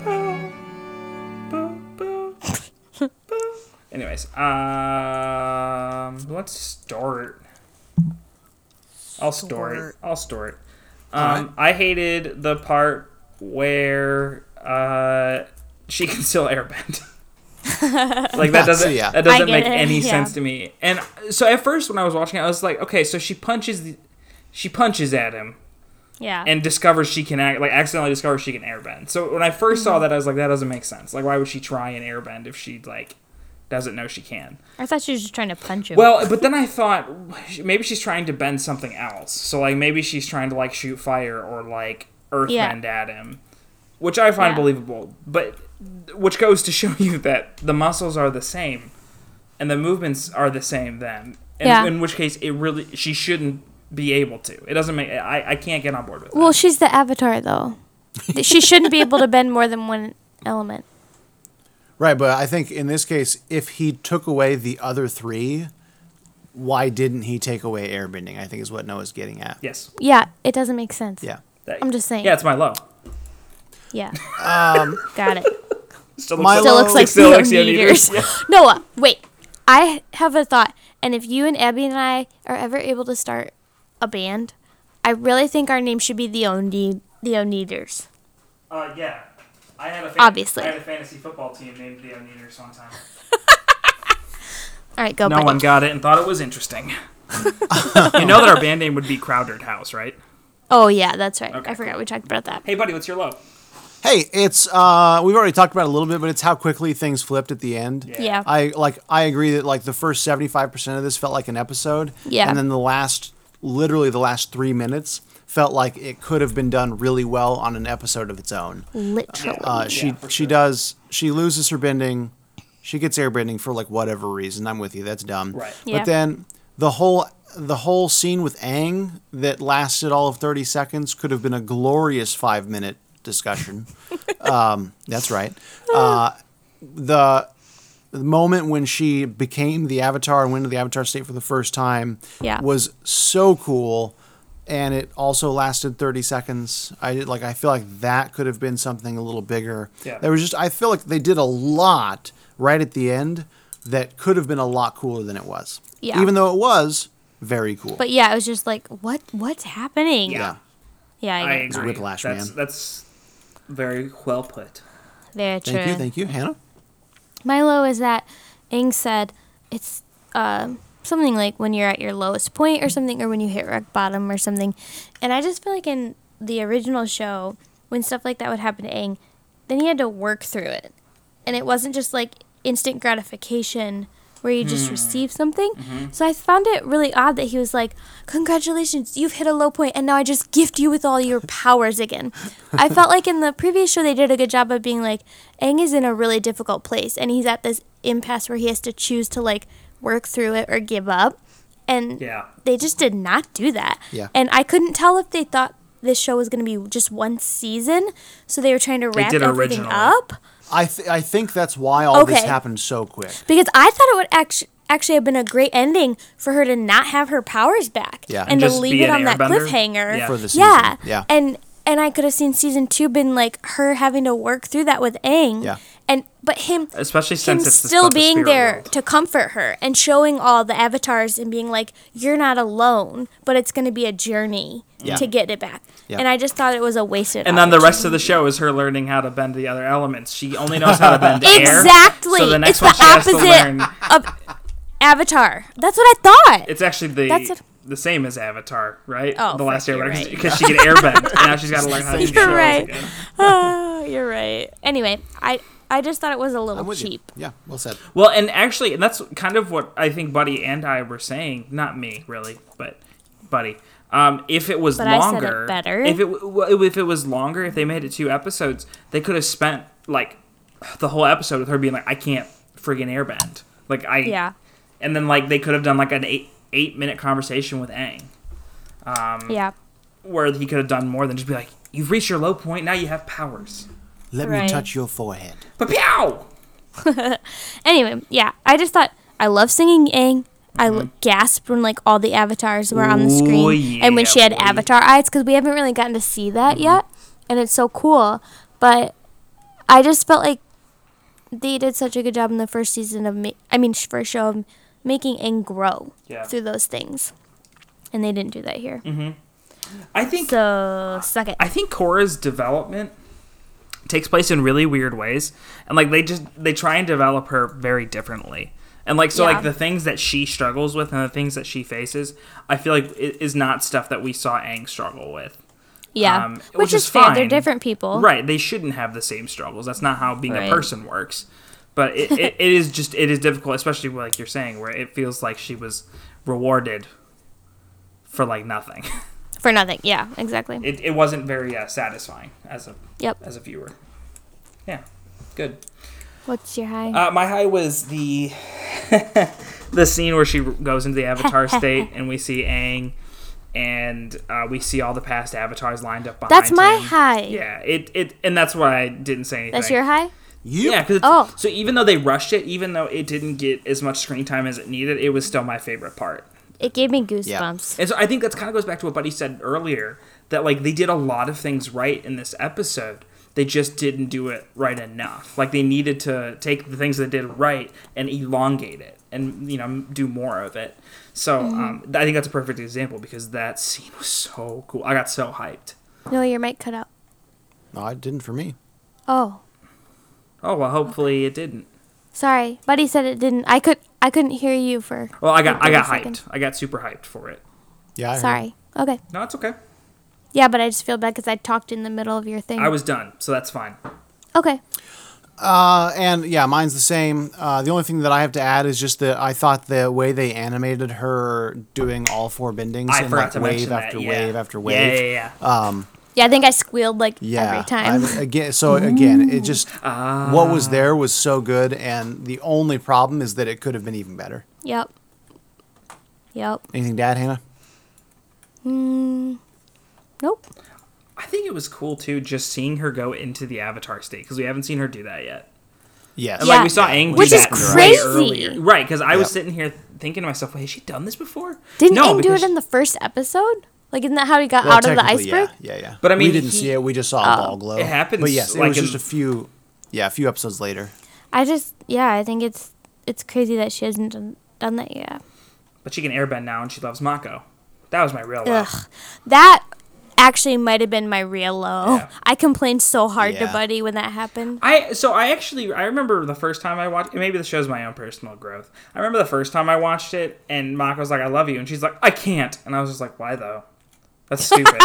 Speaker 4: Anyways, um, let's start. I'll store it. I'll store it. Um, I hated the part where uh, she can still airbend. like that doesn't
Speaker 3: Yeah.
Speaker 4: that doesn't
Speaker 5: get
Speaker 4: make
Speaker 5: it,
Speaker 4: any
Speaker 5: yeah.
Speaker 4: sense to me. And so at first when I was watching it, I was like, okay, so she punches the, she punches at him
Speaker 5: Yeah.
Speaker 4: and discovers she can act like accidentally discovers she can airbend. So when I 1st saw
Speaker 5: Mm-hmm.
Speaker 4: that, I was like, that doesn't make sense. Like, why would she try and airbend if she like doesn't know she can?
Speaker 5: I thought she was just trying to punch him.
Speaker 4: Well, but then I thought maybe she's trying to bend something else. So like maybe she's trying to like shoot fire or like earthbend
Speaker 5: Yeah.
Speaker 4: at him, which I find
Speaker 5: Yeah.
Speaker 4: believable. But which goes to show you that the muscles are the same, and the movements are the same. Then, and
Speaker 5: Yeah.
Speaker 4: in which case, it really she shouldn't be able to. It doesn't make I I can't get on board with. that.
Speaker 5: well, she's the avatar though. she shouldn't be able to bend more than one element.
Speaker 3: Right, but I think in this case, if he took away the other three, why didn't he take away airbending? I think is what Noah's getting at.
Speaker 4: Yes.
Speaker 5: Yeah, it doesn't make sense.
Speaker 3: Yeah.
Speaker 4: That-
Speaker 5: I'm just saying.
Speaker 3: Um,
Speaker 4: Yeah, it's my low.
Speaker 5: Yeah. Got it.
Speaker 4: Still
Speaker 3: Milo-
Speaker 5: Still looks like
Speaker 4: Still looks
Speaker 5: Theo
Speaker 4: Theo
Speaker 5: Neters.
Speaker 4: Neters, yeah.
Speaker 5: Noah, uh, wait. I have a thought. And if you and Abby and I are ever able to start a band, I really think our name should be the Onde- the Oneaters.
Speaker 4: Uh, yeah. I had a fan-
Speaker 5: Obviously.
Speaker 4: I had a fantasy football team named the Oneaters one time.
Speaker 5: All right, go.
Speaker 4: No
Speaker 5: buddy.
Speaker 4: one got it and thought it was interesting. you know that our band name would be Crowdered House, right?
Speaker 5: Oh yeah, that's right.
Speaker 4: Okay,
Speaker 5: I forgot we talked about that.
Speaker 4: Hey, buddy, what's your low?
Speaker 3: Hey, it's uh, we've already talked about it a little bit, but it's how quickly things flipped at the end.
Speaker 5: Yeah.
Speaker 3: I like I agree that like the first 75% of this felt like an episode
Speaker 5: Yeah.
Speaker 3: and then the last literally the last 3 minutes felt like it could have been done really well on an episode of its own.
Speaker 5: Literally.
Speaker 3: Uh, she she does she loses her bending. She gets air bending for like whatever reason. I'm with you. That's dumb.
Speaker 4: Right.
Speaker 5: Yeah.
Speaker 3: But then the whole the whole scene with Aang that lasted all of 30 seconds could have been a glorious 5 minute discussion. um, that's right. Uh, the the moment when she became the avatar and went into the avatar state for the first time
Speaker 5: Yeah.
Speaker 3: was so cool and it also lasted 30 seconds i did like i feel like that could have been something a little bigger
Speaker 4: Yeah.
Speaker 3: there was just i feel like they did a lot right at the end that could have been a lot cooler than it was
Speaker 5: Yeah.
Speaker 3: even though it was very cool
Speaker 5: but yeah, it was just like, what? What's happening?
Speaker 3: yeah
Speaker 5: Yeah, I
Speaker 4: I
Speaker 5: know.
Speaker 4: agree.
Speaker 3: Whiplash,
Speaker 4: that's,
Speaker 3: man.
Speaker 4: That's very well put.
Speaker 5: Very true.
Speaker 3: thank you thank you hannah
Speaker 5: My low is that Aang said it's uh, something like when you're at your lowest point or something, or when you hit rock bottom or something. And I just feel like in the original show, when stuff like that would happen to Aang, then he had to work through it. And it wasn't just like instant gratification where you just receive something. So I found it really odd that he was like, Congratulations, you've hit a low point, and now I just gift you with all your powers again. I felt like in the previous show, they did a good job of being like, Aang is in a really difficult place, and he's at this impasse where he has to choose to like work through it or give up. And
Speaker 4: Yeah.
Speaker 5: they just did not do that.
Speaker 3: Yeah.
Speaker 5: And I couldn't tell if they thought this show was going to be just one season, so they were trying to wrap
Speaker 4: did
Speaker 5: everything
Speaker 4: originally.
Speaker 5: up.
Speaker 3: i th- i think that's why all this
Speaker 5: Okay.
Speaker 3: happened so quick
Speaker 5: Because I thought it would actually actually have been a great ending for her to not have her powers back.
Speaker 3: Yeah.
Speaker 5: And, to
Speaker 4: Just
Speaker 5: leave
Speaker 4: be
Speaker 5: it
Speaker 4: an
Speaker 5: on that
Speaker 4: airbender?
Speaker 5: cliffhanger.
Speaker 4: Yeah.
Speaker 3: for the season
Speaker 5: yeah.
Speaker 3: yeah
Speaker 5: And and I could have seen season two been like her having to work through that with Aang.
Speaker 3: Yeah.
Speaker 5: And but him
Speaker 4: Especially
Speaker 5: him
Speaker 4: since it's the
Speaker 5: still
Speaker 4: stuff of
Speaker 5: being
Speaker 4: spirit
Speaker 5: there
Speaker 4: world.
Speaker 5: to comfort her and showing all the avatars and being like, You're not alone, but it's gonna be a journey
Speaker 3: Yeah.
Speaker 5: to get it back.
Speaker 3: Yeah.
Speaker 5: And I just thought it was a wasted
Speaker 4: And then the rest of the show is her learning how to bend the other elements. She only knows how to bend air.
Speaker 5: Exactly.
Speaker 4: So the next
Speaker 5: it's
Speaker 4: one she
Speaker 5: the
Speaker 4: has to
Speaker 5: opposite
Speaker 4: learn.
Speaker 5: of Avatar. That's what I thought.
Speaker 4: It's actually the
Speaker 5: That's it.
Speaker 4: the same as Avatar, right?
Speaker 5: Oh,
Speaker 4: the last
Speaker 5: fuck, you're
Speaker 4: airbender
Speaker 5: right.
Speaker 4: because she can airbend. and now she's got to learn how to do
Speaker 5: You're
Speaker 4: shows
Speaker 5: right.
Speaker 4: again.
Speaker 5: oh, you're right. Anyway, I I just thought it was a
Speaker 3: I'm
Speaker 5: little
Speaker 3: with you.
Speaker 5: cheap.
Speaker 3: yeah well said
Speaker 4: Well, and actually, and that's kind of what I think Buddy and I were saying. Not me, really, but Buddy. Um, if it was
Speaker 5: But I said it
Speaker 4: longer,
Speaker 5: better.
Speaker 4: if it w- w- if it was longer, if they made it two episodes, they could have spent like the whole episode with her being like, "I can't friggin' airbend." Like I,
Speaker 5: Yeah.
Speaker 4: And then like they could have done like an eight eight minute conversation with Aang,
Speaker 5: Yeah.
Speaker 4: where he could have done more than just be like, "You've reached your low point. Now you have powers."
Speaker 3: let
Speaker 5: Right.
Speaker 3: me touch your forehead
Speaker 4: But pow!
Speaker 5: Anyway, yeah. I just thought I love singing Aang. I l- gasped when like all the avatars were on the
Speaker 4: Mm-hmm. Ooh,
Speaker 5: screen, and when
Speaker 4: yeah,
Speaker 5: she had
Speaker 4: boy. Mm-hmm.
Speaker 5: avatar eyes, because we haven't really gotten to see that yet, and it's so cool. But I just felt like they did such a good job in the first season of, ma- I mean, sh- first show of making Aang grow
Speaker 4: Yeah.
Speaker 5: through those things, and they didn't do that here.
Speaker 4: I think
Speaker 5: So suck it.
Speaker 4: I think Cora's development takes place in really weird ways, and like they just they try and develop her very differently. And like so,
Speaker 5: Yeah.
Speaker 4: like the things that she struggles with and the things that she faces, I feel like i- is not stuff that we saw Aang struggle with.
Speaker 5: Yeah,
Speaker 4: Um,
Speaker 5: which, is, fair. They're
Speaker 4: fine.
Speaker 5: different people.
Speaker 4: Right? They shouldn't have the same struggles. That's not how being a
Speaker 5: Right.
Speaker 4: person works. But it, it, it is just it is difficult, especially like you're saying, where it feels like she was rewarded for like nothing.
Speaker 5: For nothing. Yeah, exactly.
Speaker 4: It, it wasn't very uh, satisfying as a
Speaker 5: yep.
Speaker 4: as a viewer. Yeah, good.
Speaker 5: What's your high?
Speaker 4: Uh, my high was the the scene where she goes into the Avatar state, and we see Aang, and uh, we see all the past Avatars lined up behind.
Speaker 5: That's my
Speaker 4: him.
Speaker 5: high.
Speaker 4: Yeah, it, it and that's why I didn't say anything.
Speaker 5: That's your high?
Speaker 3: you
Speaker 4: Yeah, 'cause it's,
Speaker 5: Oh.
Speaker 4: so even though they rushed it, even though it didn't get as much screen time as it needed, it was still my favorite part.
Speaker 5: It gave me goosebumps.
Speaker 4: And so I think that's kind of goes back to what Buddy said earlier that like they did a lot of things right in this episode. They They just didn't do it right enough. Like they needed to take the things they did right and elongate it, and you know do more of it. So um, I think that's a perfect example because that scene was so cool. I got so hyped.
Speaker 5: No, your mic cut out.
Speaker 3: No, it didn't for me.
Speaker 5: Oh,
Speaker 4: Oh well, hopefully it didn't.
Speaker 5: sorry, buddy said it didn't. I could I couldn't hear you for.
Speaker 4: Well, I got
Speaker 5: like
Speaker 4: I got
Speaker 5: 30
Speaker 4: hyped. I got super hyped for it.
Speaker 3: Yeah, I heard.
Speaker 5: Sorry. Okay.
Speaker 4: No, it's okay.
Speaker 5: Yeah, but I just feel bad because I talked in the middle of your thing.
Speaker 4: I was done, so that's fine.
Speaker 5: okay.
Speaker 3: Uh, and yeah, mine's the same. Uh, the only thing that I have to add is just that I thought the way they animated her doing all four bendings
Speaker 4: I
Speaker 3: in like
Speaker 4: forgot to
Speaker 3: wave
Speaker 4: mention
Speaker 3: after
Speaker 4: that. yeah.
Speaker 3: wave after
Speaker 4: Yeah,
Speaker 3: wave.
Speaker 4: Yeah, yeah, yeah.
Speaker 5: Yeah, I think I squealed like
Speaker 3: Yeah.
Speaker 5: every time.
Speaker 3: I- again, so again, it just
Speaker 4: Ah.
Speaker 3: what was there was so good, and the only problem is that it could have been even better.
Speaker 5: yep. Yep.
Speaker 3: Anything to add, Hannah?
Speaker 5: Nope.
Speaker 4: I think it was cool too, just seeing her go into the avatar state because we haven't seen her do that yet.
Speaker 3: Yes.
Speaker 4: And like we saw
Speaker 3: Yeah.
Speaker 4: Aang, do
Speaker 5: Which is
Speaker 4: that way
Speaker 5: crazy.
Speaker 4: earlier. right? Because I was
Speaker 3: Yeah.
Speaker 4: sitting here thinking to myself, well, has she done this before?
Speaker 5: Didn't
Speaker 4: no,
Speaker 5: Aang do
Speaker 4: because-
Speaker 5: it in the first episode? Like, isn't that how he got
Speaker 3: Well,
Speaker 5: out of the
Speaker 3: technically,
Speaker 5: iceberg? Oh.
Speaker 3: Yeah, yeah, yeah.
Speaker 4: But I mean,
Speaker 3: we didn't
Speaker 4: he-
Speaker 3: see it. We just saw a ball glow.
Speaker 4: It happens,
Speaker 3: But yes, it
Speaker 4: like,
Speaker 3: was
Speaker 4: in-
Speaker 3: just a few, yeah, a few episodes later.
Speaker 5: I just, yeah, I think it's it's crazy that she hasn't done, done that yet.
Speaker 4: but she can airbend now, and she loves Mako. That was my real love.
Speaker 5: Ugh, that actually might have been my real low.
Speaker 4: Yeah.
Speaker 5: I complained so hard
Speaker 3: Yeah.
Speaker 5: to Buddy when that happened.
Speaker 4: I so I actually I remember the first time I watched. Maybe this shows my own personal growth. I remember the first time I watched it, and Mako's like, "I love you," and she's like, "I can't," and I was just like, "Why though? That's stupid."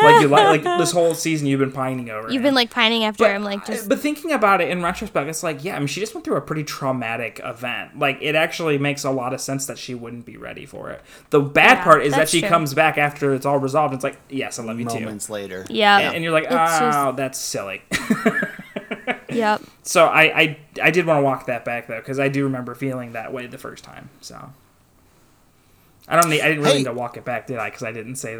Speaker 4: like you like like this whole season you've been pining over.
Speaker 5: You've
Speaker 4: him.
Speaker 5: been like pining after him, like
Speaker 4: I-
Speaker 5: just
Speaker 4: but thinking about it in retrospect, it's like, yeah, I mean, she just went through a pretty traumatic event. Like, it actually makes a lot of sense that she wouldn't be ready for it. The bad
Speaker 5: Yeah,
Speaker 4: part is that
Speaker 5: that's
Speaker 4: she
Speaker 5: true.
Speaker 4: comes back after it's all resolved. And it's like, yes, I love you
Speaker 3: Moments later.
Speaker 5: yeah,
Speaker 4: too. And you're like, oh,
Speaker 5: It's just-
Speaker 4: that's silly.
Speaker 5: yep.
Speaker 4: so I, I, I did want to walk that back though, because I do remember feeling that way the first time. So I don't need, I didn't really
Speaker 3: Hey.
Speaker 4: need to walk it back, did I? Because I didn't say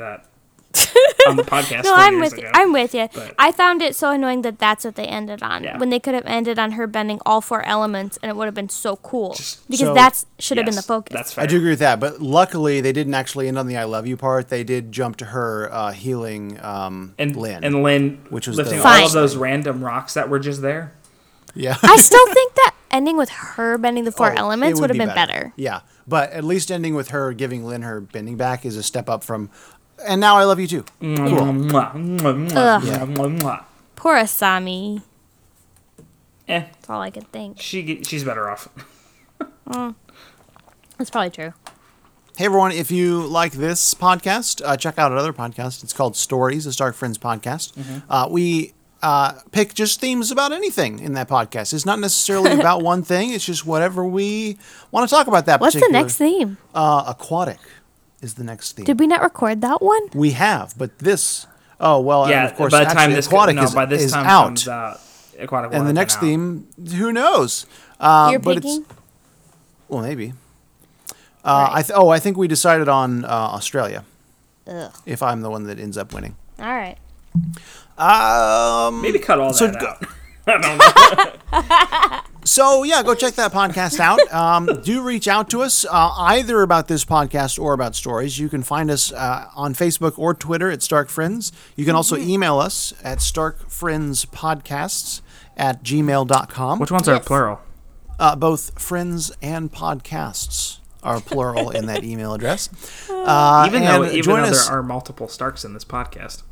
Speaker 4: that on the podcast. 20
Speaker 5: No, I'm
Speaker 4: years
Speaker 5: with you.
Speaker 4: ago.
Speaker 5: I'm with you.
Speaker 4: But-
Speaker 5: I found it so annoying that that's what they ended on
Speaker 4: Yeah.
Speaker 5: when they could have ended on her bending all four elements, and it would have been so cool because
Speaker 3: So-
Speaker 5: that's should have been the
Speaker 4: Yes,
Speaker 5: focus.
Speaker 4: That's fair.
Speaker 3: I do agree with that, but luckily they didn't actually end on the "I love you" part. They did jump to her uh, healing um,
Speaker 4: and
Speaker 3: Lynn.
Speaker 4: and Lynn
Speaker 3: Which was
Speaker 4: lifting
Speaker 3: the-
Speaker 4: all of
Speaker 5: Fine.
Speaker 4: those random rocks that were just there.
Speaker 3: yeah,
Speaker 5: I still think that ending with her bending the four
Speaker 3: Oh,
Speaker 5: elements
Speaker 3: it
Speaker 5: would have
Speaker 3: be
Speaker 5: been better.
Speaker 3: Yeah, but at least ending with her giving Lynn her bending back is a step up from. And now I love you too.
Speaker 5: Mm-hmm.
Speaker 3: Cool.
Speaker 4: Mwah, mwah, mwah,
Speaker 5: Ugh.
Speaker 4: mwah, mwah, mwah.
Speaker 5: Poor Asami.
Speaker 4: Eh,
Speaker 5: That's all I could think.
Speaker 4: she ge- she's better off.
Speaker 5: That's probably true.
Speaker 3: Hey everyone, if you like this podcast, uh, check out another podcast. It's called Stories, a Stark Friends podcast.
Speaker 5: Mm-hmm.
Speaker 3: Uh, we uh, pick just themes about anything in that podcast. It's not necessarily about one thing. It's just whatever we want to talk about. That
Speaker 5: What's the
Speaker 3: particular-
Speaker 5: next theme?
Speaker 3: Uh, aquatic is the next theme.
Speaker 5: Did we not record that one?
Speaker 3: We have, but this. Oh well, and
Speaker 4: Yeah,
Speaker 3: of course.
Speaker 4: by the time
Speaker 3: actually,
Speaker 4: this co-
Speaker 3: aquatic
Speaker 4: no,
Speaker 3: is,
Speaker 4: by this
Speaker 3: is
Speaker 4: time
Speaker 3: out,
Speaker 4: comes out,
Speaker 3: and
Speaker 4: aquatic Water's
Speaker 3: the
Speaker 4: been
Speaker 3: next
Speaker 4: out.
Speaker 3: theme, who knows? Uh,
Speaker 5: You're
Speaker 3: but
Speaker 5: picking.
Speaker 3: it's well, maybe. Uh, I th- oh, I think we decided on uh, Australia.
Speaker 5: Ugh.
Speaker 3: If I'm the one that ends up winning,
Speaker 5: All right.
Speaker 3: um,
Speaker 4: Maybe cut all
Speaker 3: So
Speaker 4: that
Speaker 3: go-
Speaker 4: out. I don't know.
Speaker 3: so yeah, go check that podcast out. Um, do reach out to us uh, either about this podcast or about stories. You can find us uh, on Facebook or Twitter at Stark Friends. You can also
Speaker 5: Mm-hmm.
Speaker 3: email us at starkfriendspodcasts at gmail.com.
Speaker 4: Which ones are
Speaker 5: Yes.
Speaker 4: plural?
Speaker 3: uh, both friends and podcasts are plural in that email address. Uh,
Speaker 4: Even
Speaker 3: and
Speaker 4: though even
Speaker 3: join
Speaker 4: though
Speaker 3: us.
Speaker 4: there are multiple Starks in this podcast.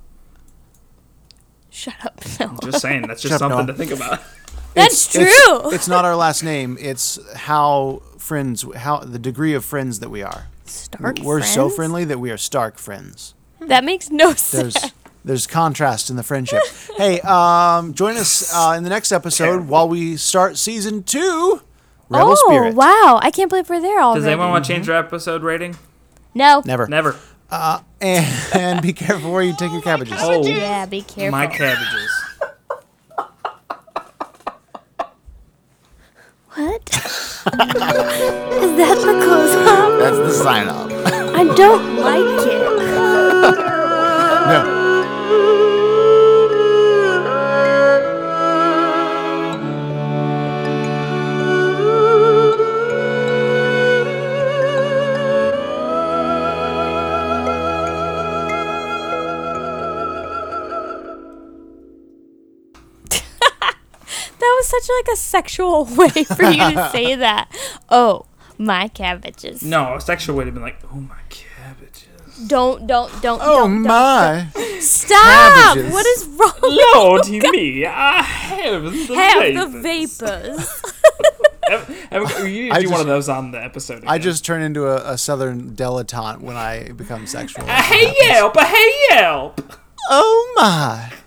Speaker 5: Shut up. No.
Speaker 4: Just saying, that's just
Speaker 3: Shut up,
Speaker 4: something
Speaker 3: Noah.
Speaker 4: to think about.
Speaker 5: That's true.
Speaker 3: It's- It's not our last name. It's how friends, how the degree of friends that we are.
Speaker 5: Stark
Speaker 3: We're so
Speaker 5: friends?
Speaker 3: friendly that we are stark friends.
Speaker 5: That makes no sense.
Speaker 3: There's there's contrast in the friendship. hey, um, join us uh, in the next episode while we start season two. Rebel
Speaker 5: oh
Speaker 3: Spirit.
Speaker 5: wow! I can't believe we're there already.
Speaker 4: Does anyone want to change their episode rating?
Speaker 5: no.
Speaker 3: Never.
Speaker 4: Never.
Speaker 3: And, and be careful where you take your cabbages.
Speaker 4: Oh,
Speaker 5: Yeah, be careful.
Speaker 4: my cabbages.
Speaker 5: what? Is that the close up?
Speaker 3: That's the sign off.
Speaker 5: I don't like it.
Speaker 3: No.
Speaker 5: was such like a sexual way for you to say that. Oh, my cabbages.
Speaker 4: No, a sexual would have been like, oh my cabbages.
Speaker 5: Don't, don't, don't.
Speaker 3: Oh
Speaker 5: don't,
Speaker 3: my!
Speaker 5: Don't. Stop!
Speaker 3: Cabbages.
Speaker 5: What is wrong? with
Speaker 4: Lord, he me, I Oh, have the
Speaker 5: Have the
Speaker 4: vapors.
Speaker 5: vapors.
Speaker 4: Ev- You need to
Speaker 3: I
Speaker 4: do one
Speaker 3: just-
Speaker 4: of those on the episode.
Speaker 3: I
Speaker 4: again.
Speaker 3: just turn into a, a southern dilettante when I become sexual.
Speaker 4: Hey Yelp! Hey Yelp!
Speaker 3: oh my!